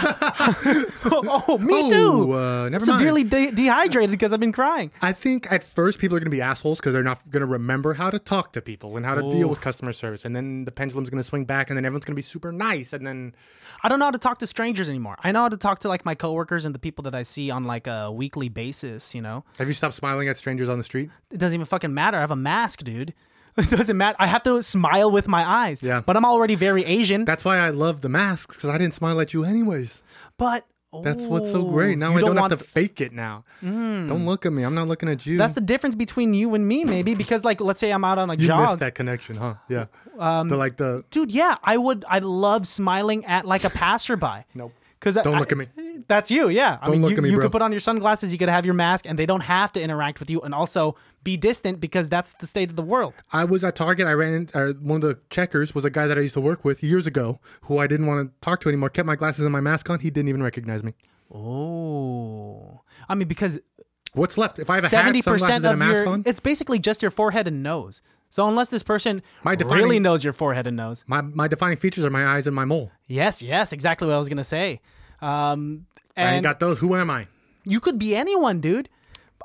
Speaker 3: oh, me
Speaker 2: Oh,
Speaker 3: too."
Speaker 2: uh, never
Speaker 3: Severely
Speaker 2: mind.
Speaker 3: de- dehydrated because I've been crying.
Speaker 2: I think at first people are going to be assholes because they're not going to remember how to talk to people and how to deal with customer service, and then the pendulum's going to swing back, and then everyone's going to be super nice, and then
Speaker 3: I don't know how to talk to strangers anymore. I know how to talk to like my coworkers and the people that I see on like a weekly basis. You know,
Speaker 2: have you stopped smiling at strangers on the street?
Speaker 3: it doesn't even fucking matter. I have a mask, dude. It doesn't matter. I have to smile with my eyes.
Speaker 2: Yeah.
Speaker 3: But I'm already very Asian.
Speaker 2: That's why I love the masks because I didn't smile at you anyways.
Speaker 3: but
Speaker 2: That's what's so
Speaker 3: oh,
Speaker 2: great. Now
Speaker 3: you
Speaker 2: I don't,
Speaker 3: want- Mm.
Speaker 2: have to fake it. Now, don't look at me. I'm not looking at you.
Speaker 3: That's the difference between you and me, maybe, because like let's say I'm out on a
Speaker 2: You
Speaker 3: jog.
Speaker 2: missed that connection, huh? Yeah.
Speaker 3: Um,
Speaker 2: the like the
Speaker 3: Dude, yeah, I would I love smiling at like a passerby.
Speaker 2: Nope.
Speaker 3: Cause
Speaker 2: Don't
Speaker 3: I,
Speaker 2: look at me.
Speaker 3: That's you, yeah. I mean,
Speaker 2: look
Speaker 3: you,
Speaker 2: at me,
Speaker 3: you
Speaker 2: bro.
Speaker 3: could put on your sunglasses, you could have your mask, and they don't have to interact with you, and also be distant because that's the state of the world.
Speaker 2: I was at Target. I ran in, or one of the checkers was a guy that I used to work with years ago, who I didn't want to talk to anymore. Kept my glasses and my mask on. He didn't even recognize me.
Speaker 3: Oh, I mean, because
Speaker 2: What's left? If I have a hat,
Speaker 3: seventy
Speaker 2: sunglasses,
Speaker 3: percent
Speaker 2: and a
Speaker 3: of
Speaker 2: mask
Speaker 3: your
Speaker 2: on,
Speaker 3: it's basically just your forehead and nose. So unless this person
Speaker 2: My
Speaker 3: really
Speaker 2: defining-
Speaker 3: knows your forehead and nose,
Speaker 2: my my defining features are my eyes and my mole.
Speaker 3: yes, yes, exactly what I was gonna say. Um,
Speaker 2: I
Speaker 3: and
Speaker 2: ain't got those. Who am I?
Speaker 3: You could be anyone, dude.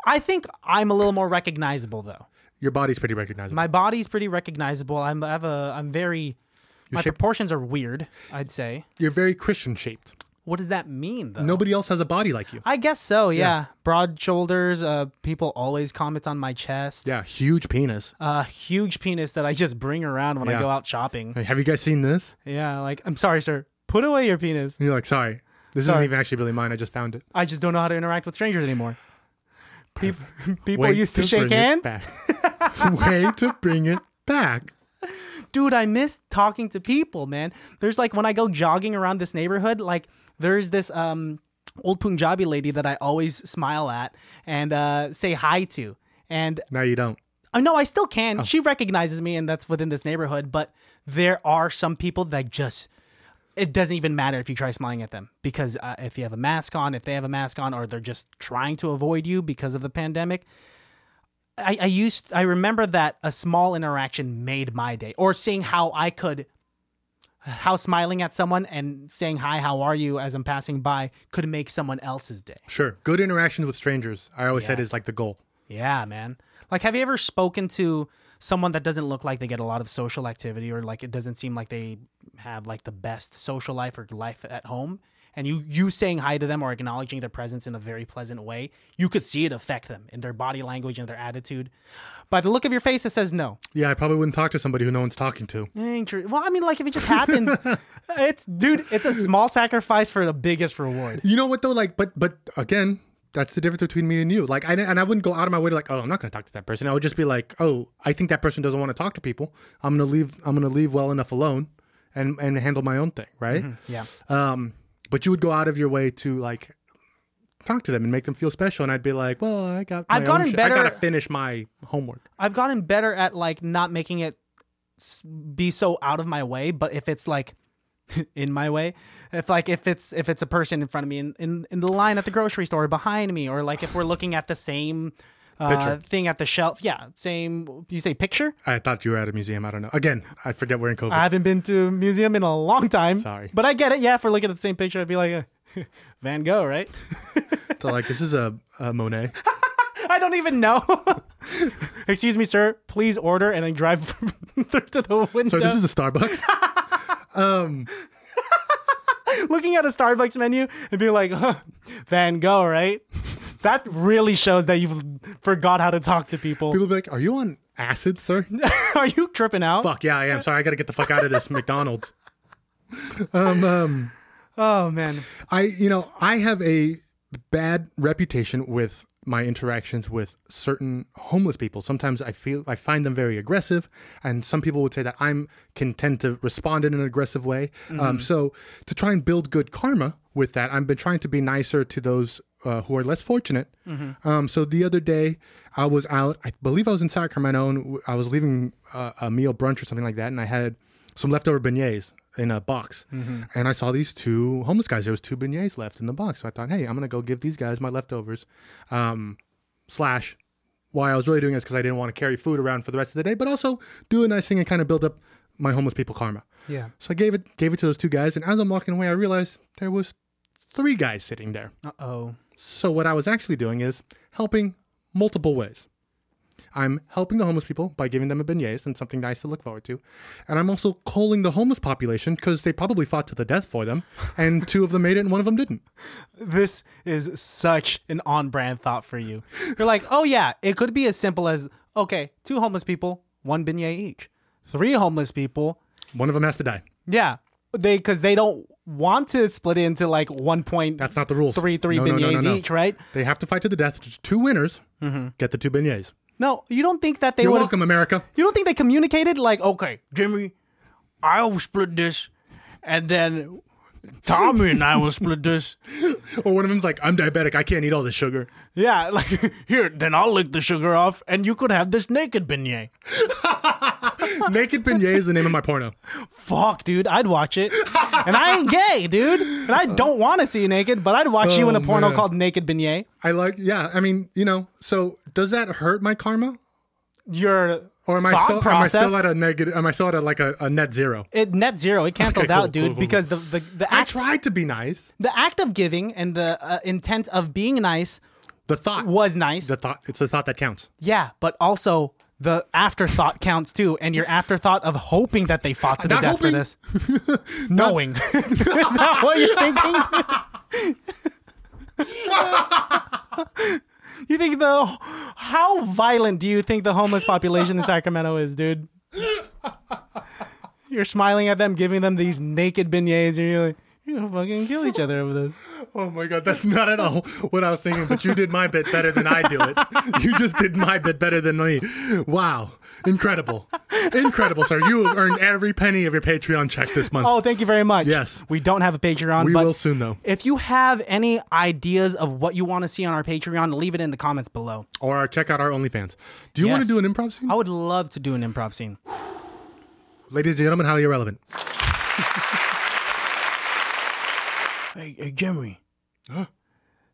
Speaker 3: I think I'm a little more recognizable though.
Speaker 2: Your body's pretty recognizable.
Speaker 3: My body's pretty recognizable. I'm I have a I'm very my
Speaker 2: shape-
Speaker 3: proportions are weird, I'd say.
Speaker 2: You're very Christian shaped.
Speaker 3: What does that mean though?
Speaker 2: Nobody else has a body like you.
Speaker 3: I guess so, yeah. Broad shoulders, uh people always comment on my chest.
Speaker 2: Yeah, huge penis.
Speaker 3: Uh huge penis that I just bring around when I
Speaker 2: Yeah.
Speaker 3: go out shopping.
Speaker 2: Hey, have you guys seen this?
Speaker 3: Yeah, like I'm sorry, sir. Put away your penis.
Speaker 2: And you're like, sorry, this
Speaker 3: Sorry.
Speaker 2: isn't even actually really mine. I just found it.
Speaker 3: I just don't know how to interact with strangers anymore. Peop- people
Speaker 2: Way
Speaker 3: used to shake
Speaker 2: bring it
Speaker 3: hands.
Speaker 2: back. Way to bring it back.
Speaker 3: dude, I miss talking to people, man. There's like when I go jogging around this neighborhood, like there's this um old Punjabi lady that I always smile at and uh, say hi to. And
Speaker 2: No, you don't.
Speaker 3: I know I still can. She recognizes me, and that's within this neighborhood. But there are some people that just. It doesn't even matter if you try smiling at them because uh, if you have a mask on, if they have a mask on, or they're just trying to avoid you because of the pandemic. I, I used I remember that a small interaction made my day, or seeing how I could, how smiling at someone and saying hi, how are you, as I'm passing by, could make someone else's day.
Speaker 2: Sure. Good interactions with strangers, I always said,
Speaker 3: Yes.
Speaker 2: is like the goal.
Speaker 3: Yeah, man. Like, have you ever spoken to someone that doesn't look like they get a lot of social activity or like it doesn't seem like they have like the best social life or life at home? And you, you saying hi to them or acknowledging their presence in a very pleasant way, you could see it affect them in their body language and their attitude. By the look of your face, it says no.
Speaker 2: Yeah, I probably wouldn't talk to somebody who no one's talking to.
Speaker 3: Inter- Well, I mean, like if it just happens, it's dude, it's a small sacrifice for the biggest reward.
Speaker 2: You know what though? Like, but but again, that's the difference between me and you. Like, I and I wouldn't go out of my way to like, oh, I'm not going to talk to that person. I would just be like, oh, I think that person doesn't want to talk to people. I'm going to leave. I'm going to leave well enough alone, and and handle my own thing, right?
Speaker 3: Yeah.
Speaker 2: Um, but you would go out of your way to like talk to them and make them feel special, and I'd be like, "Well, I got. My
Speaker 3: I've
Speaker 2: own
Speaker 3: gotten
Speaker 2: shit.
Speaker 3: better-
Speaker 2: I gotta finish my homework."
Speaker 3: I've gotten better at like not making it s- be so out of my way, but if it's like in my way, if like if it's if it's a person in front of me in in, in the line at the grocery store behind me, or like if we're looking at the same uh,
Speaker 2: Picture.
Speaker 3: thing at the shelf, yeah, same. You say picture?
Speaker 2: I thought you were at a museum. I don't know. Again, I forget we're in COVID.
Speaker 3: I haven't been to a museum in a long time.
Speaker 2: Sorry.
Speaker 3: but I get it. Yeah, if we're looking at the same picture, I'd be like. uh, Van Gogh, right?
Speaker 2: so like, this is a, a Monet.
Speaker 3: I don't even know. Excuse me, sir. Please order and then drive through to the window.
Speaker 2: So this is a Starbucks.
Speaker 3: looking at a Starbucks menu and being like, huh, Van Gogh, right? That really shows that you've forgot how to talk to people.
Speaker 2: People be like, "Are you on acid, sir?"
Speaker 3: Are you tripping out?
Speaker 2: Fuck yeah, I am. Sorry, I gotta get the fuck out of this McDonald's. Um, um,
Speaker 3: Oh man.
Speaker 2: I you know I have a bad reputation with my interactions with certain homeless people. Sometimes I feel I find them very aggressive, and some people would say that I'm can tend to respond in an aggressive way. Um, so to try and build good karma with that, I've been trying to be nicer to those uh, who are less fortunate. Um, so the other day, I was out. I believe I was in Sacramento, and w- I was leaving uh, a meal brunch or something like that, and I had some leftover beignets in a box, and I saw these two homeless guys. There was two beignets left in the box, so I thought, hey, I'm gonna go give these guys my leftovers. Um, slash, why I was really doing this because I didn't want to carry food around for the rest of the day, but also do a nice thing and kind of build up my homeless people karma.
Speaker 3: Yeah.
Speaker 2: So I gave it gave it to those two guys, and as I'm walking away, I realized there was three guys sitting there.
Speaker 3: Uh oh.
Speaker 2: So what I was actually doing is helping multiple ways. I'm helping the homeless people by giving them a beignets and something nice to look forward to. And I'm also calling the homeless population because they probably fought to the death for them. And two of them made it and one of them didn't.
Speaker 3: This is such an on brand thought for you. You're like, oh yeah, it could be as simple as okay, two homeless people, one beignet each. Three homeless people.
Speaker 2: One of them has to die.
Speaker 3: Yeah. They because they don't want to split into like one point
Speaker 2: That's not the rules.
Speaker 3: three three
Speaker 2: No, no,
Speaker 3: beignets
Speaker 2: no, no, no.
Speaker 3: each, Mm-hmm. right?
Speaker 2: They have to fight to the death. Just Two winners get the two beignets.
Speaker 3: No, you don't think that they
Speaker 2: You're
Speaker 3: would
Speaker 2: welcome, America.
Speaker 3: You don't think they communicated like, okay, Jimmy, I will split this, and then Tommy and I will split this.
Speaker 2: Or one of them's like, I'm diabetic. I can't eat all this sugar.
Speaker 3: Yeah, like here, then I'll lick the sugar off, and you could have this naked beignet.
Speaker 2: Naked beignet is the name of my porno.
Speaker 3: Fuck, dude, I'd watch it, and I ain't gay, dude, and I don't want to see you naked, but I'd watch you in a
Speaker 2: Oh,
Speaker 3: porno
Speaker 2: man.
Speaker 3: called Naked Beignet.
Speaker 2: I like, yeah. I mean, you know, so does that hurt my karma?
Speaker 3: Your
Speaker 2: Or am I
Speaker 3: thought
Speaker 2: still
Speaker 3: process.
Speaker 2: am I still at a negative? Am I still at a, like a, a net zero?
Speaker 3: it net zero. It canceled
Speaker 2: Okay, cool,
Speaker 3: out, dude,
Speaker 2: cool, cool,
Speaker 3: because the the, the
Speaker 2: I
Speaker 3: act
Speaker 2: tried to be nice.
Speaker 3: the act of giving and the uh, intent of being nice
Speaker 2: The thought
Speaker 3: was nice.
Speaker 2: the thought. It's the thought that counts.
Speaker 3: Yeah, but also the afterthought counts too, and your afterthought of hoping that they fought to the
Speaker 2: Not
Speaker 3: death for
Speaker 2: hoping.
Speaker 3: this, knowing is that what you're thinking? you think the how violent do you think the homeless population in Sacramento is, dude? You're smiling at them, giving them these naked beignets, and you're like, you're gonna fucking kill each other over this.
Speaker 2: Oh my god, that's not at all what I was thinking. But you did my bit better than I do it. You just did my bit better than me. Wow, incredible, incredible, sir. You have earned every penny of your Patreon check this month.
Speaker 3: Oh, thank you very much.
Speaker 2: Yes.
Speaker 3: We don't have a Patreon,
Speaker 2: we
Speaker 3: but
Speaker 2: will soon though,
Speaker 3: If you have any ideas of what you want to see on our Patreon, leave it in the comments below.
Speaker 2: or check out our OnlyFans. Do you want
Speaker 3: Yes. Oh.
Speaker 2: to do an improv scene,
Speaker 3: I would love to do an improv scene.
Speaker 2: ladies and gentlemen? Highly irrelevant.
Speaker 3: Hey, hey Jimmy.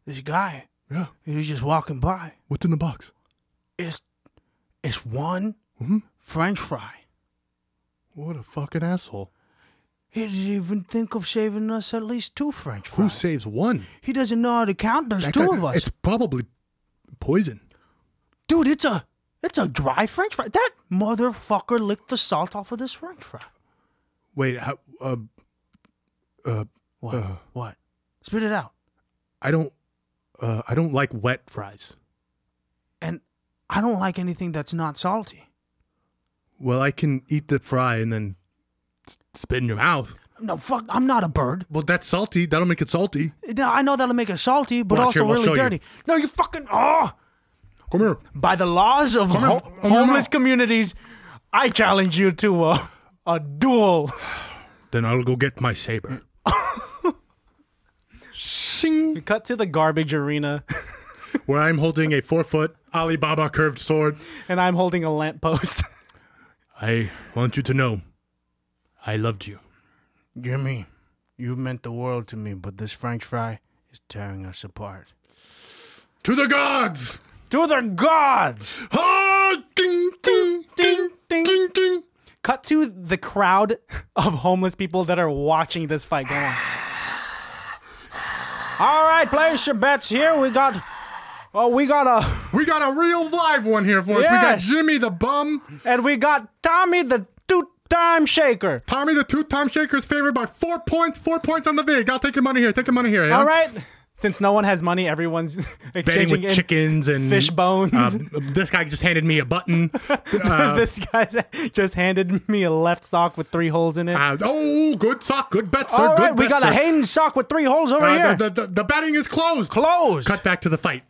Speaker 3: This guy,
Speaker 2: Yeah.
Speaker 3: he was just walking by.
Speaker 2: What's in the box?
Speaker 3: It's it's one
Speaker 2: Mm-hmm.
Speaker 3: French fry.
Speaker 2: What a fucking asshole.
Speaker 3: He didn't even think of saving us at least two French
Speaker 2: Who
Speaker 3: fries.
Speaker 2: saves one?
Speaker 3: he doesn't know how to count. There's
Speaker 2: That
Speaker 3: two
Speaker 2: guy-
Speaker 3: of us.
Speaker 2: It's probably poison.
Speaker 3: Dude, it's a it's a dry French fry. That motherfucker licked the salt off of this French fry.
Speaker 2: Wait, how, uh, uh,
Speaker 3: What?
Speaker 2: Uh.
Speaker 3: What? Spit it out.
Speaker 2: I don't, uh, I don't like wet fries.
Speaker 3: And I don't like anything that's not salty.
Speaker 2: Well, I can eat the fry and then s- spit in your mouth.
Speaker 3: No, fuck, I'm not a bird.
Speaker 2: Well, that's salty. That'll make it salty.
Speaker 3: No, I know that'll make it salty, but
Speaker 2: Watch
Speaker 3: also
Speaker 2: here, we'll show
Speaker 3: really
Speaker 2: you.
Speaker 3: dirty. No, you fucking oh!
Speaker 2: Come here.
Speaker 3: By the laws of ho-
Speaker 2: here, come here,
Speaker 3: homeless
Speaker 2: mouth.
Speaker 3: communities, I challenge you to a, a duel.
Speaker 2: Then I'll go get my saber. Sing.
Speaker 3: Cut to the garbage arena,
Speaker 2: Where I'm holding a four foot Alibaba curved sword.
Speaker 3: and I'm holding a lamppost.
Speaker 2: I want you to know I loved you.
Speaker 3: Jimmy, you meant the world to me, but this French fry is tearing us apart.
Speaker 2: To the gods!
Speaker 3: To the gods!
Speaker 2: Ah, ding, ding, ding,
Speaker 3: ding.
Speaker 2: ding, ding, ding.
Speaker 3: Cut to the crowd of homeless people that are watching this fight go on. All right, place your bets here. We got, oh, we got a,
Speaker 2: We got a real live one here for us. We got
Speaker 3: Yes.
Speaker 2: Jimmy the bum.
Speaker 3: and we got Tommy the two-time shaker.
Speaker 2: Tommy the two time shaker is favored by four points. Four points on the vig. I'll take your money here. Take your money here. Yeah?
Speaker 3: All right. Since no one has money, everyone's
Speaker 2: Betting
Speaker 3: exchanging
Speaker 2: with
Speaker 3: in-
Speaker 2: chickens and
Speaker 3: fish bones.
Speaker 2: Um, this guy just handed me a button. uh,
Speaker 3: this guy just handed me a left sock with three holes in it.
Speaker 2: Uh, oh, good sock, good bet, sir.
Speaker 3: All
Speaker 2: good
Speaker 3: right, we
Speaker 2: bet,
Speaker 3: got a
Speaker 2: sir.
Speaker 3: Hayden sock with three holes over
Speaker 2: Uh,
Speaker 3: here.
Speaker 2: the, the, the, the batting is closed.
Speaker 3: Closed.
Speaker 2: Cut back to the fight.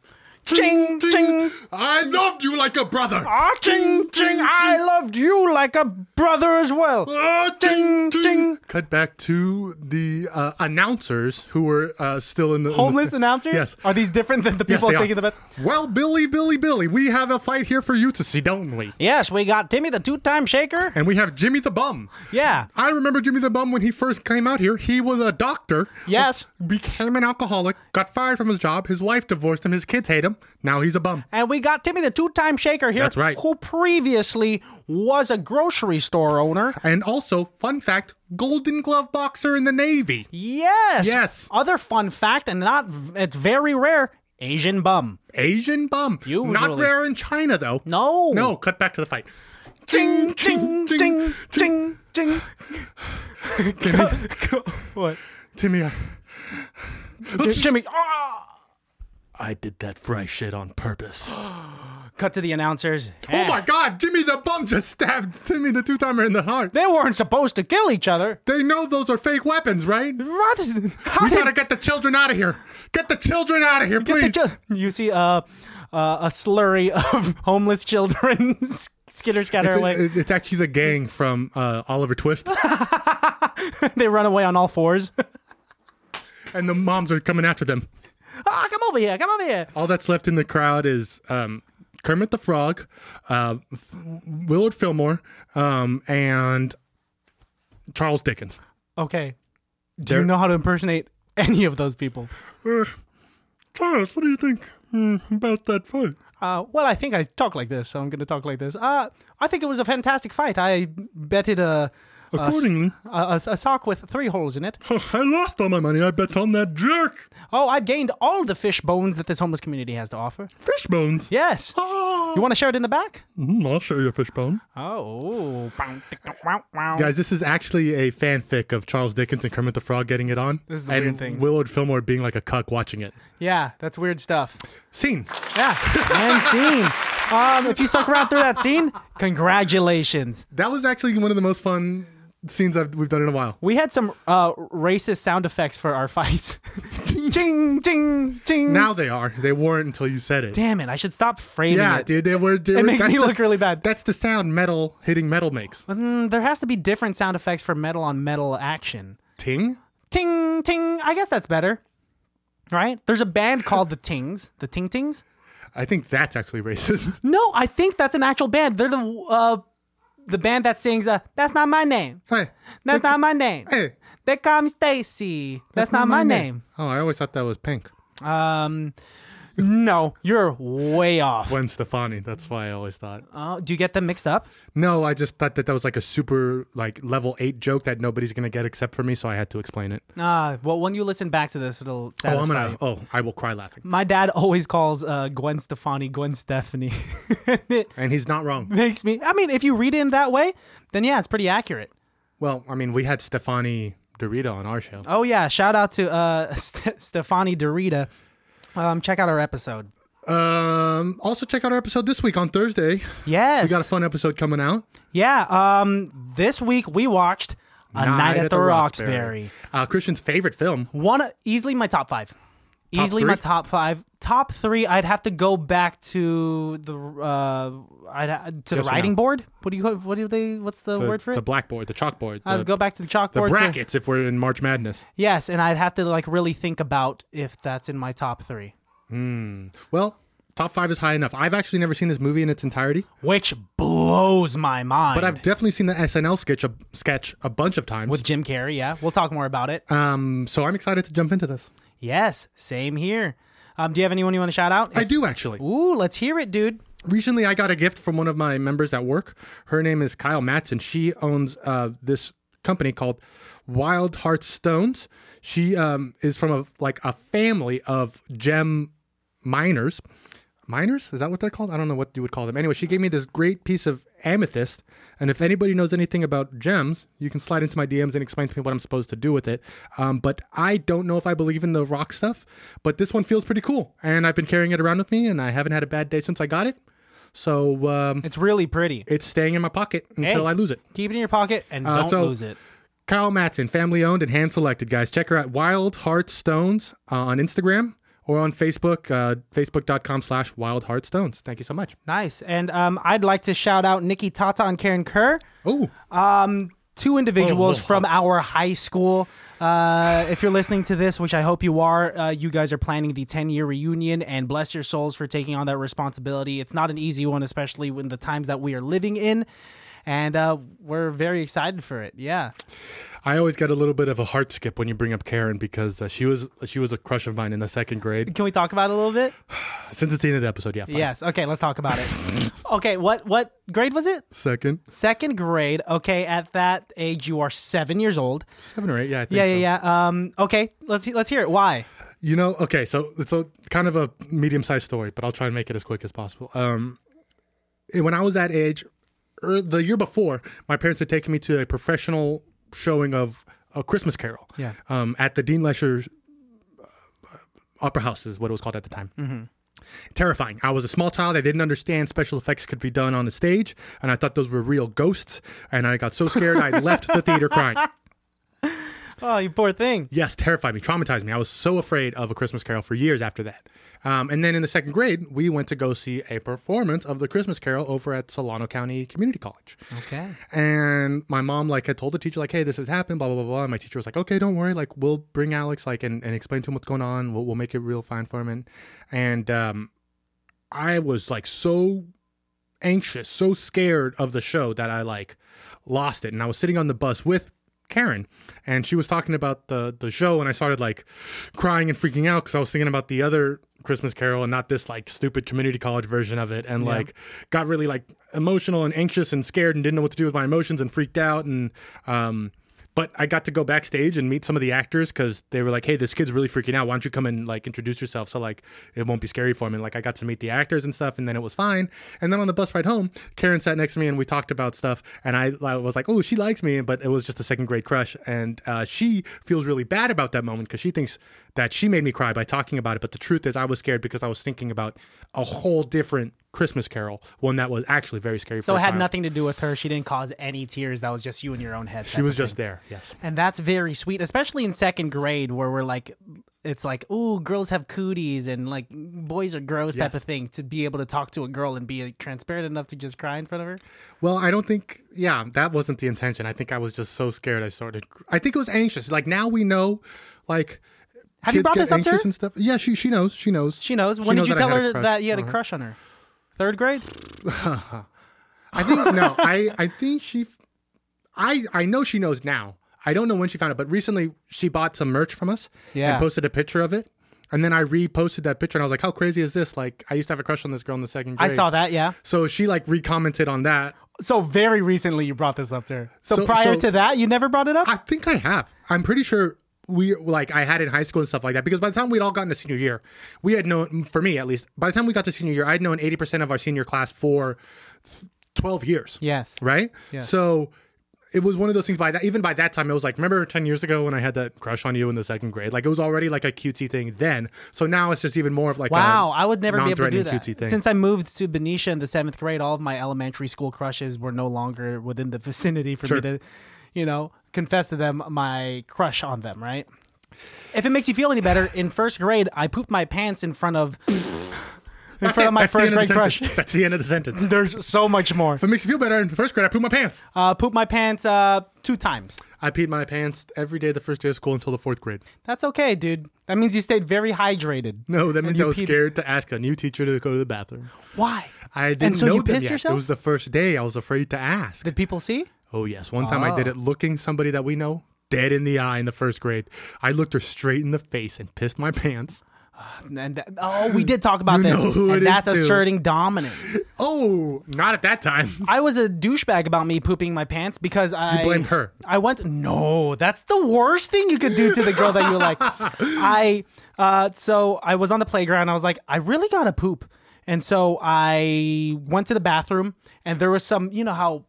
Speaker 3: Ching, ching.
Speaker 2: I loved you like a brother.
Speaker 3: Ah, ching, ching. I loved you like a brother as well.
Speaker 2: Ah,
Speaker 3: Ding,
Speaker 2: ding, ding.
Speaker 3: ding.
Speaker 2: Cut back to the uh, announcers who were uh, still in the in the-
Speaker 3: Homeless announcers?
Speaker 2: Yes.
Speaker 3: Are these different than the
Speaker 2: Yes,
Speaker 3: people
Speaker 2: they are.
Speaker 3: taking the bets?
Speaker 2: Well, Billy, Billy, Billy, we have a fight here for you to see, don't we?
Speaker 3: Yes, we got Timmy the two time shaker.
Speaker 2: And we have Jimmy the Bum.
Speaker 3: Yeah.
Speaker 2: I remember Jimmy the Bum when he first came out here. He was a doctor.
Speaker 3: Yes.
Speaker 2: Became an alcoholic, got fired from his job, his wife divorced him, his kids hate him. Now he's a bum.
Speaker 3: And we got Timmy the two time shaker here.
Speaker 2: That's right.
Speaker 3: Who previously was a grocery store owner.
Speaker 2: And also, fun fact Golden Glove boxer in the Navy.
Speaker 3: Yes.
Speaker 2: Yes.
Speaker 3: Other fun fact, and not, it's very rare Asian bum.
Speaker 2: Asian bum. Not
Speaker 3: Usually.
Speaker 2: rare in China, though.
Speaker 3: No.
Speaker 2: No, cut back to the fight.
Speaker 3: Ting, ting, ting, ting, ting.
Speaker 2: Timmy,
Speaker 3: What?
Speaker 2: Timmy, I,
Speaker 3: Jimmy. Ah!
Speaker 2: I did that fry shit on purpose.
Speaker 3: Cut to the announcers. Eh,
Speaker 2: Oh my god, Jimmy the bum just stabbed Timmy the two timer in the heart.
Speaker 3: They weren't supposed to kill each other.
Speaker 2: They know those are fake weapons, right?
Speaker 3: What? How
Speaker 2: We
Speaker 3: did-
Speaker 2: gotta get the children out of here. Get the children out of here,
Speaker 3: get the
Speaker 2: please.
Speaker 3: chil- you see uh, uh, a slurry of homeless children s- skitter scatter
Speaker 2: It's,
Speaker 3: away.
Speaker 2: it- it's actually the gang from uh, Oliver Twist,
Speaker 3: they run away on all fours.
Speaker 2: and the moms are coming after them.
Speaker 3: ah, come over here, come over here.
Speaker 2: All that's left in the crowd is um, Kermit the Frog, uh, F- Willard Fillmore, um, and Charles Dickens.
Speaker 3: Okay. Do you
Speaker 2: They're-
Speaker 3: know how to impersonate any of those people?
Speaker 2: Uh, Charles, what do you think uh, about that fight?
Speaker 3: Uh, well, I think I talk like this, so I'm going to talk like this. Uh, I think it was a fantastic fight. I betted a a s-
Speaker 2: Accordingly.
Speaker 3: a, a s- a sock with three holes in it.
Speaker 2: I lost all my money. I bet on that jerk.
Speaker 3: Oh, I've gained all the fish bones that this homeless community has to offer.
Speaker 2: Fish bones.
Speaker 3: Yes.
Speaker 2: Ah.
Speaker 3: You want to share it in the back?
Speaker 2: Mm, I'll show you a fishbone.
Speaker 3: Oh.
Speaker 2: Guys, this is actually a fanfic of Charles Dickens and Kermit the Frog getting it on.
Speaker 3: This is the
Speaker 2: and
Speaker 3: weird thing.
Speaker 2: Willard Fillmore being like a cuck watching it.
Speaker 3: Yeah, that's weird stuff.
Speaker 2: Scene.
Speaker 3: Yeah. And scene. Um, if you stuck around through that scene, congratulations.
Speaker 2: That was actually one of the most fun scenes I've, we've done in a while.
Speaker 3: We had some uh, racist sound effects for our fights. ching, ching, ching.
Speaker 2: Now they are. They weren't until you said it.
Speaker 3: Damn it, I should stop framing
Speaker 2: yeah,
Speaker 3: it.
Speaker 2: dude. They were. They
Speaker 3: It
Speaker 2: were-
Speaker 3: makes
Speaker 2: that's
Speaker 3: me
Speaker 2: the-
Speaker 3: look really bad.
Speaker 2: That's the sound metal hitting metal makes.
Speaker 3: Mm, there has to be different sound effects for metal on metal action.
Speaker 2: Ting.
Speaker 3: Ting, ting. I guess that's better. Right? There's a band called the Tings, the Ting Tings.
Speaker 2: I think that's actually racist.
Speaker 3: No, I think that's an actual band. They're the uh, the band that sings uh, "That's Not My Name."
Speaker 2: hey.
Speaker 3: That's not my name.
Speaker 2: Hey.
Speaker 3: They call me Stacy. That's, not, my name.
Speaker 2: Oh, I always thought that was pink.
Speaker 3: Um, no, you're way off.
Speaker 2: Gwen Stefani. That's why I always thought.
Speaker 3: Uh, do you get them mixed up?
Speaker 2: No, I just thought that that was like a super like level eight joke that nobody's gonna get except for me, so I had to explain it.
Speaker 3: Ah, well, when you listen back to this, it'll
Speaker 2: Oh,
Speaker 3: satisfy
Speaker 2: I'm gonna.
Speaker 3: you.
Speaker 2: Oh, I will cry laughing,
Speaker 3: My dad always calls uh, Gwen Stefani Gwen Stephanie. it
Speaker 2: and he's not wrong.
Speaker 3: makes me. I mean, if you read it in that way, then yeah, it's pretty accurate.
Speaker 2: Well, I mean, we had Stefani Dorita on our show.
Speaker 3: Oh yeah, shout out to uh, St- Stefani Dorita. Um, check out our episode.
Speaker 2: Um, also check out our episode this week on Thursday.
Speaker 3: Yes,
Speaker 2: We got a fun episode coming out.
Speaker 3: Yeah, um, this week we watched A Night, at, the, Roxbury.
Speaker 2: Uh, Christian's favorite film.
Speaker 3: One easily my top five. easily my
Speaker 2: three?
Speaker 3: top five. top three, I'd have to go back to the uh, I'd ha- to
Speaker 2: Yes
Speaker 3: the
Speaker 2: or
Speaker 3: writing
Speaker 2: no?
Speaker 3: board. What do you what do they? What's the,
Speaker 2: The,
Speaker 3: word for
Speaker 2: the
Speaker 3: it?
Speaker 2: blackboard, the chalkboard, the,
Speaker 3: I'd go back to the
Speaker 2: the
Speaker 3: chalkboard. to-
Speaker 2: brackets if we're in March Madness.
Speaker 3: yes, and I'd have to like really think about if that's in my top three.
Speaker 2: Well, top five is high enough. I've actually never seen this movie in its entirety,
Speaker 3: which blows my mind.
Speaker 2: but I've definitely seen the SNL sketch a, sketch a bunch of times.
Speaker 3: with Jim Carrey, yeah, we'll talk more about it.
Speaker 2: um, so I'm excited to jump into this.
Speaker 3: yes, same here. Um, do you have anyone you want to shout out?
Speaker 2: I do actually.
Speaker 3: Ooh, let's hear it, dude.
Speaker 2: recently I got a gift from one of my members at work. Her name is Kyle Matson. She owns uh, this company called Wild Heart Stones. She um, is from a like a family of gem miners. Miners? Is that what they're called? I don't know what you would call them. Anyway, she gave me this great piece of amethyst. And if anybody knows anything about gems, you can slide into my DMs and explain to me what I'm supposed to do with it. Um, but I don't know if I believe in the rock stuff, but this one feels pretty cool. And I've been carrying it around with me, and I haven't had a bad day since I got it. So um,
Speaker 3: It's really pretty.
Speaker 2: it's staying in my pocket until
Speaker 3: Hey.
Speaker 2: I lose it.
Speaker 3: Keep it in your pocket and don't
Speaker 2: Uh, so-
Speaker 3: lose it.
Speaker 2: Kyle Matson, family owned and hand selected, guys. Check her out, Wild Heart Stones, uh, on Instagram or on Facebook, uh, facebook.com slash Wild Heart Stones. Thank you so much.
Speaker 3: Nice. And um, I'd like to shout out Nikki Tata and Karen Kerr,
Speaker 2: Oh,
Speaker 3: two individuals
Speaker 2: Whoa, whoa,
Speaker 3: from our high school. Uh, if you're listening to this, which I hope you are, uh, you guys are planning the 10 year reunion, and bless your souls for taking on that responsibility. It's not an easy one, especially when the times that we are living in. And uh, we're very excited for it. Yeah.
Speaker 2: I always get a little bit of a heart skip when you bring up Karen because uh, she was she was a crush of mine in the second grade.
Speaker 3: Can we talk about it a little bit?
Speaker 2: Since it's the end of the episode, yeah, fine.
Speaker 3: Yes. Okay, let's talk about it. okay, what what grade was it?
Speaker 2: Second,
Speaker 3: Second grade. Okay, at that age you are 7 years old.
Speaker 2: seven or eight, yeah, I think
Speaker 3: Yeah,
Speaker 2: so.
Speaker 3: yeah, yeah. Um okay, let's let's hear it. Why?
Speaker 2: You know, okay, so it's a kind of a medium sized story, but I'll try and make it as quick as possible. Um, when I was that age, er, the year before, my parents had taken me to a professional showing of a Christmas Carol.
Speaker 3: Yeah.
Speaker 2: Um, at the Dean Lesher uh, Opera House is what it was called at the time. Terrifying. I was a small child. I didn't understand special effects could be done on a stage, and I thought those were real ghosts. And I got so scared, I left the theater crying.
Speaker 3: Oh, you poor thing.
Speaker 2: Yes, terrified me, traumatized me. I was so afraid of A Christmas Carol for years after that. Um, and then in the second grade, we went to go see a performance of The Christmas Carol over at Solano County Community College.
Speaker 3: Okay.
Speaker 2: And my mom like had told the teacher like, "Hey, this has happened." Blah blah blah blah. And my teacher was like, "Okay, don't worry. Like, we'll bring Alex like and, and explain to him what's going on. We'll, we'll make it real fine for him." And and um, I was like so anxious, so scared of the show that I like lost it. And I was sitting on the bus with Karen, and she was talking about the the show, and I started like crying and freaking out because I was thinking about the other Christmas Carol and not this like stupid community college version of it, and like got really like emotional and anxious and scared and didn't know what to do with my emotions and freaked out and um. But I got to go backstage and meet some of the actors because they were like, "Hey, this kid's really freaking out. Why don't you come and like introduce yourself so like it won't be scary for him?" And like I got to meet the actors and stuff, and then it was fine. And then on the bus ride home, Karen sat next to me and we talked about stuff, and I, I was like, "Oh, she likes me," but it was just a second grade crush, and uh, she feels really bad about that moment because she thinks that she made me cry by talking about it. But the truth is, I was scared because I was thinking about a whole different Christmas Carol, one that was actually very scary.
Speaker 3: So
Speaker 2: for
Speaker 3: it
Speaker 2: a
Speaker 3: had
Speaker 2: child.
Speaker 3: nothing to do with her. She didn't cause any tears. That was just you in your own head.
Speaker 2: She was just there. Yes.
Speaker 3: And that's very sweet, especially in second grade where we're like, it's like, ooh, girls have cooties and like boys are gross type
Speaker 2: Yes.
Speaker 3: of thing. To be able to talk to a girl and be like, transparent enough to just cry in front of her.
Speaker 2: Well, I don't think, yeah, that wasn't the intention. I think I was just so scared. I started, I think it was anxious. Like now we know, like,
Speaker 3: Have you
Speaker 2: kids
Speaker 3: brought
Speaker 2: get
Speaker 3: this up to her?
Speaker 2: anxious And stuff. Yeah, she she knows. She knows.
Speaker 3: She knows. When did
Speaker 2: knows
Speaker 3: you
Speaker 2: that I
Speaker 3: tell
Speaker 2: had a
Speaker 3: her
Speaker 2: crush Uh-huh.
Speaker 3: that you had a crush on her? Third grade?
Speaker 2: I think no. I I think she. I I know she knows now. I don't know when she found it, but recently she bought some merch from us
Speaker 3: Yeah.
Speaker 2: and posted a picture of it. And then I reposted that picture and I was like, "How crazy is this? Like, I used to have a crush on this girl in the second
Speaker 3: I
Speaker 2: grade."
Speaker 3: saw that, yeah.
Speaker 2: So she like recommented on that.
Speaker 3: So very recently you brought this up to her. So,
Speaker 2: So-
Speaker 3: prior
Speaker 2: so-
Speaker 3: to that, you never brought it up?
Speaker 2: I think I have. I'm pretty sure we like I had it in high school and stuff like that. Because by the time we'd all gotten to senior year, we had known for me at least. By the time we got to senior year, I'd known 80 percent of our senior class for th- 12 years.
Speaker 3: yes.
Speaker 2: Right. So it was one of those things. By that, even by that time, it was like remember 10 years ago when I had that crush on you in the second grade. Like it was already like a cutesy thing then. So now it's just even more of like
Speaker 3: Wow,
Speaker 2: A,
Speaker 3: I would never be able to do
Speaker 2: non-threatening
Speaker 3: that.
Speaker 2: cutesy thing.
Speaker 3: Since I moved to Benicia in the seventh grade, all of my elementary school crushes were no longer within the vicinity for me
Speaker 2: Sure.
Speaker 3: to, you know, confess to them my crush on them. Right? If it makes you feel any better, in first grade, I pooped my pants in front of in front of my
Speaker 2: That's the
Speaker 3: first
Speaker 2: end of
Speaker 3: grade
Speaker 2: the
Speaker 3: crush.
Speaker 2: sentence. That's the end of the sentence. If
Speaker 3: There's so much more.
Speaker 2: it makes you feel better, in first grade, I pooped my pants.
Speaker 3: Uh, pooped my pants uh, two times.
Speaker 2: I peed my pants every day the first day of school until the fourth grade.
Speaker 3: That's okay, dude. That means you stayed very hydrated.
Speaker 2: No, that means
Speaker 3: you
Speaker 2: I was
Speaker 3: peed-
Speaker 2: scared to ask a new teacher to go to the bathroom.
Speaker 3: Why?
Speaker 2: I didn't
Speaker 3: so
Speaker 2: know
Speaker 3: you
Speaker 2: them
Speaker 3: pissed
Speaker 2: yet.
Speaker 3: yourself?
Speaker 2: It was the first day. I was afraid to ask.
Speaker 3: Did people see?
Speaker 2: Oh yes, one time I did
Speaker 3: Oh.
Speaker 2: it looking somebody that we know dead in the eye in the first grade. I looked her straight in the face and pissed my pants.
Speaker 3: And that, oh, we did talk about
Speaker 2: You
Speaker 3: this.
Speaker 2: know who
Speaker 3: and
Speaker 2: it is,
Speaker 3: that's
Speaker 2: too.
Speaker 3: asserting dominance.
Speaker 2: Oh, not at that time.
Speaker 3: I was a douchebag about me pooping my pants because I
Speaker 2: blamed her.
Speaker 3: I went no, that's the worst thing you could do to the girl that you like. I uh, so I was on the playground. I was like, I really gotta poop, and so I went to the bathroom, and there was some, you know how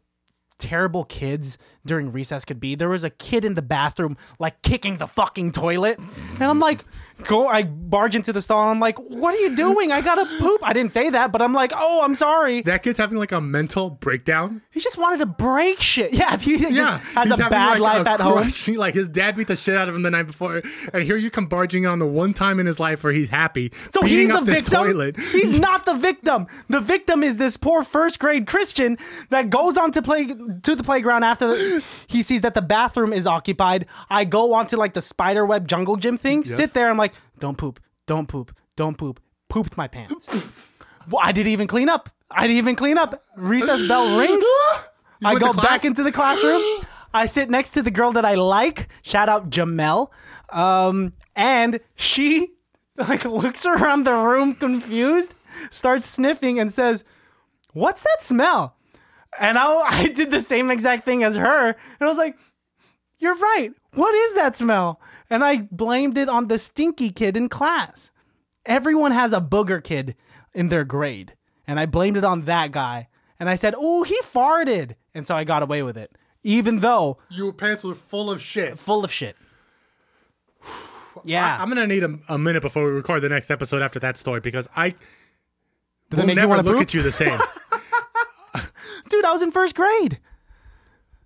Speaker 3: terrible kids during recess could be. There was a kid in the bathroom like kicking the fucking toilet. And I'm like, go I barge into the stall and I'm like, what are you doing? I gotta poop. I didn't say that, but I'm like, oh I'm sorry.
Speaker 2: That kid's having like a mental breakdown.
Speaker 3: He just wanted to break shit. Yeah, if he just
Speaker 2: Yeah,
Speaker 3: has
Speaker 2: he's
Speaker 3: a
Speaker 2: having,
Speaker 3: bad
Speaker 2: like,
Speaker 3: life
Speaker 2: a
Speaker 3: at home.
Speaker 2: crushing- Like his dad beat the shit out of him the night before, and here you come barging in on the one time in his life where he's happy.
Speaker 3: So
Speaker 2: beating
Speaker 3: he's the
Speaker 2: up this
Speaker 3: victim.
Speaker 2: Toilet.
Speaker 3: He's not the victim. The victim is this poor first grade Christian that goes on to play to the playground after the, he sees that the bathroom is occupied. I go onto like the spider web jungle gym thing, sit there. I'm like, don't poop, don't poop, don't poop. Pooped my pants. well, I didn't even clean up. I didn't even clean up. Recess bell rings. I
Speaker 2: went to
Speaker 3: go
Speaker 2: class?
Speaker 3: back into the classroom. I sit next to the girl that I like. Shout out Jamel. Um, and she like looks around the room confused, starts sniffing and says, "What's that smell?" And I, I did the same exact thing as her, and I was like, "You're right. What is that smell?" And I blamed it on the stinky kid in class. Everyone has a booger kid in their grade, and I blamed it on that guy. And I said, "Oh, he farted," and so I got away with it, even though
Speaker 2: Your pants were full of shit.
Speaker 3: full of shit. Yeah,
Speaker 2: I'm gonna need a, a minute before we record the next episode after that story because I
Speaker 3: Did
Speaker 2: will
Speaker 3: that make you
Speaker 2: never
Speaker 3: want to
Speaker 2: look
Speaker 3: poop?
Speaker 2: at you the same.
Speaker 3: Dude, I was in first grade.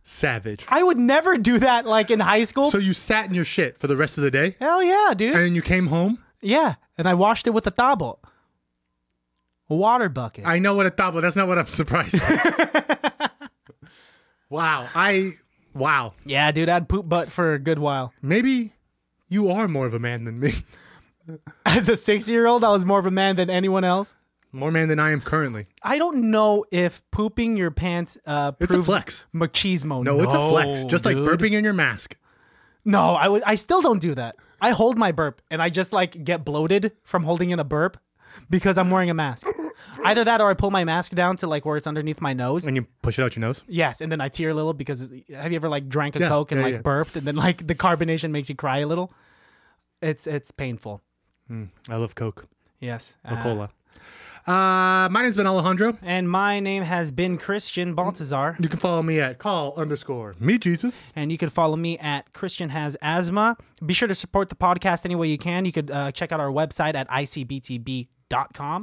Speaker 2: Savage.
Speaker 3: I would never do that like in high school.
Speaker 2: So you sat in your shit for the rest of the day,
Speaker 3: Hell yeah, dude.
Speaker 2: and you came home.
Speaker 3: yeah, and I washed it with a towel, a water bucket.
Speaker 2: I know what a tablet. That's not what I'm surprised. at. wow. I wow.
Speaker 3: yeah, dude, I'd poop butt for a good while.
Speaker 2: Maybe you are more of a man than me.
Speaker 3: As a six-year-old, I was more of a man than anyone else.
Speaker 2: More man than I am currently.
Speaker 3: I don't know if pooping your pants uh,
Speaker 2: It's
Speaker 3: proves
Speaker 2: a flex.
Speaker 3: machismo.
Speaker 2: No, it's a flex. Just like
Speaker 3: dude.
Speaker 2: burping in your mask.
Speaker 3: No, I would. I still don't do that. I hold my burp and I just like get bloated from holding in a burp because I'm wearing a mask. Either that or I pull my mask down to like where it's underneath my nose.
Speaker 2: And you push it out your nose.
Speaker 3: Yes, and then I tear a little because it's- have you ever like drank a
Speaker 2: Yeah,
Speaker 3: coke and
Speaker 2: yeah,
Speaker 3: like
Speaker 2: yeah.
Speaker 3: burped and then like the carbonation makes you cry a little? It's it's painful.
Speaker 2: I love Coke.
Speaker 3: Yes. uh,
Speaker 2: Cola.
Speaker 3: Ah.
Speaker 2: Uh, my name's been Alejandro.
Speaker 3: and my name has been Christian Baltazar,
Speaker 2: You can follow me at call underscore me Jesus.
Speaker 3: and you can follow me at Christian Has Asthma. Be sure to support the podcast any way you can. You could uh, check out our website at icbtb.com.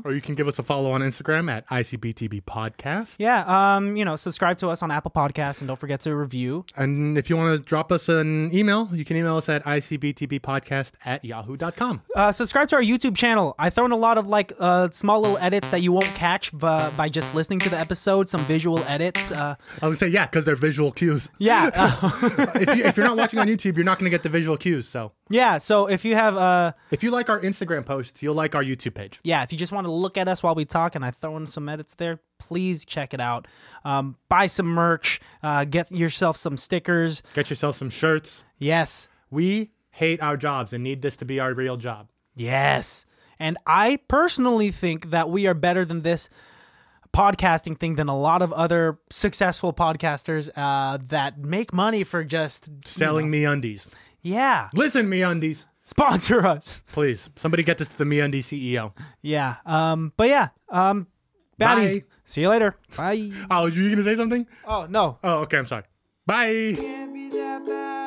Speaker 2: Or you can give us a follow on Instagram at ICBTB Podcast.
Speaker 3: Yeah, um, you know, subscribe to us on Apple Podcasts and don't forget to review.
Speaker 2: And if you want to drop us an email, you can email us at icbtbpodcast at yahoo.com.
Speaker 3: Uh, subscribe to our YouTube channel. I throw in a lot of like uh, small little edits that you won't catch bu- by just listening to the episode, some visual edits. Uh,
Speaker 2: I was going to say, yeah, because they're visual cues.
Speaker 3: yeah, uh,
Speaker 2: if, you, if you're not watching on YouTube, you're not going to get the visual cues. So
Speaker 3: yeah. So if you have, uh,
Speaker 2: if you like our Instagram posts, you'll like our YouTube page.
Speaker 3: yeah, if you just want to look at us while we talk and I throw in some edits there, please check it out. Um, buy some merch, uh, get yourself some stickers.
Speaker 2: Get yourself some shirts.
Speaker 3: Yes,
Speaker 2: We hate our jobs and need this to be our real job.
Speaker 3: Yes. And I personally think that we are better than this podcasting thing than a lot of other successful podcasters uh, that make money for just,
Speaker 2: Selling me undies.
Speaker 3: yeah,
Speaker 2: Listen, me undies.
Speaker 3: sponsor us.
Speaker 2: Please, somebody get this to the me undie E CEO.
Speaker 3: Yeah. Um, but yeah, um, baddies.
Speaker 2: Bye.
Speaker 3: See you later. Bye.
Speaker 2: Oh, were you going to say something?
Speaker 3: Oh, no.
Speaker 2: Oh, okay. I'm sorry. Bye.
Speaker 1: Can't be that bad. oh, oh,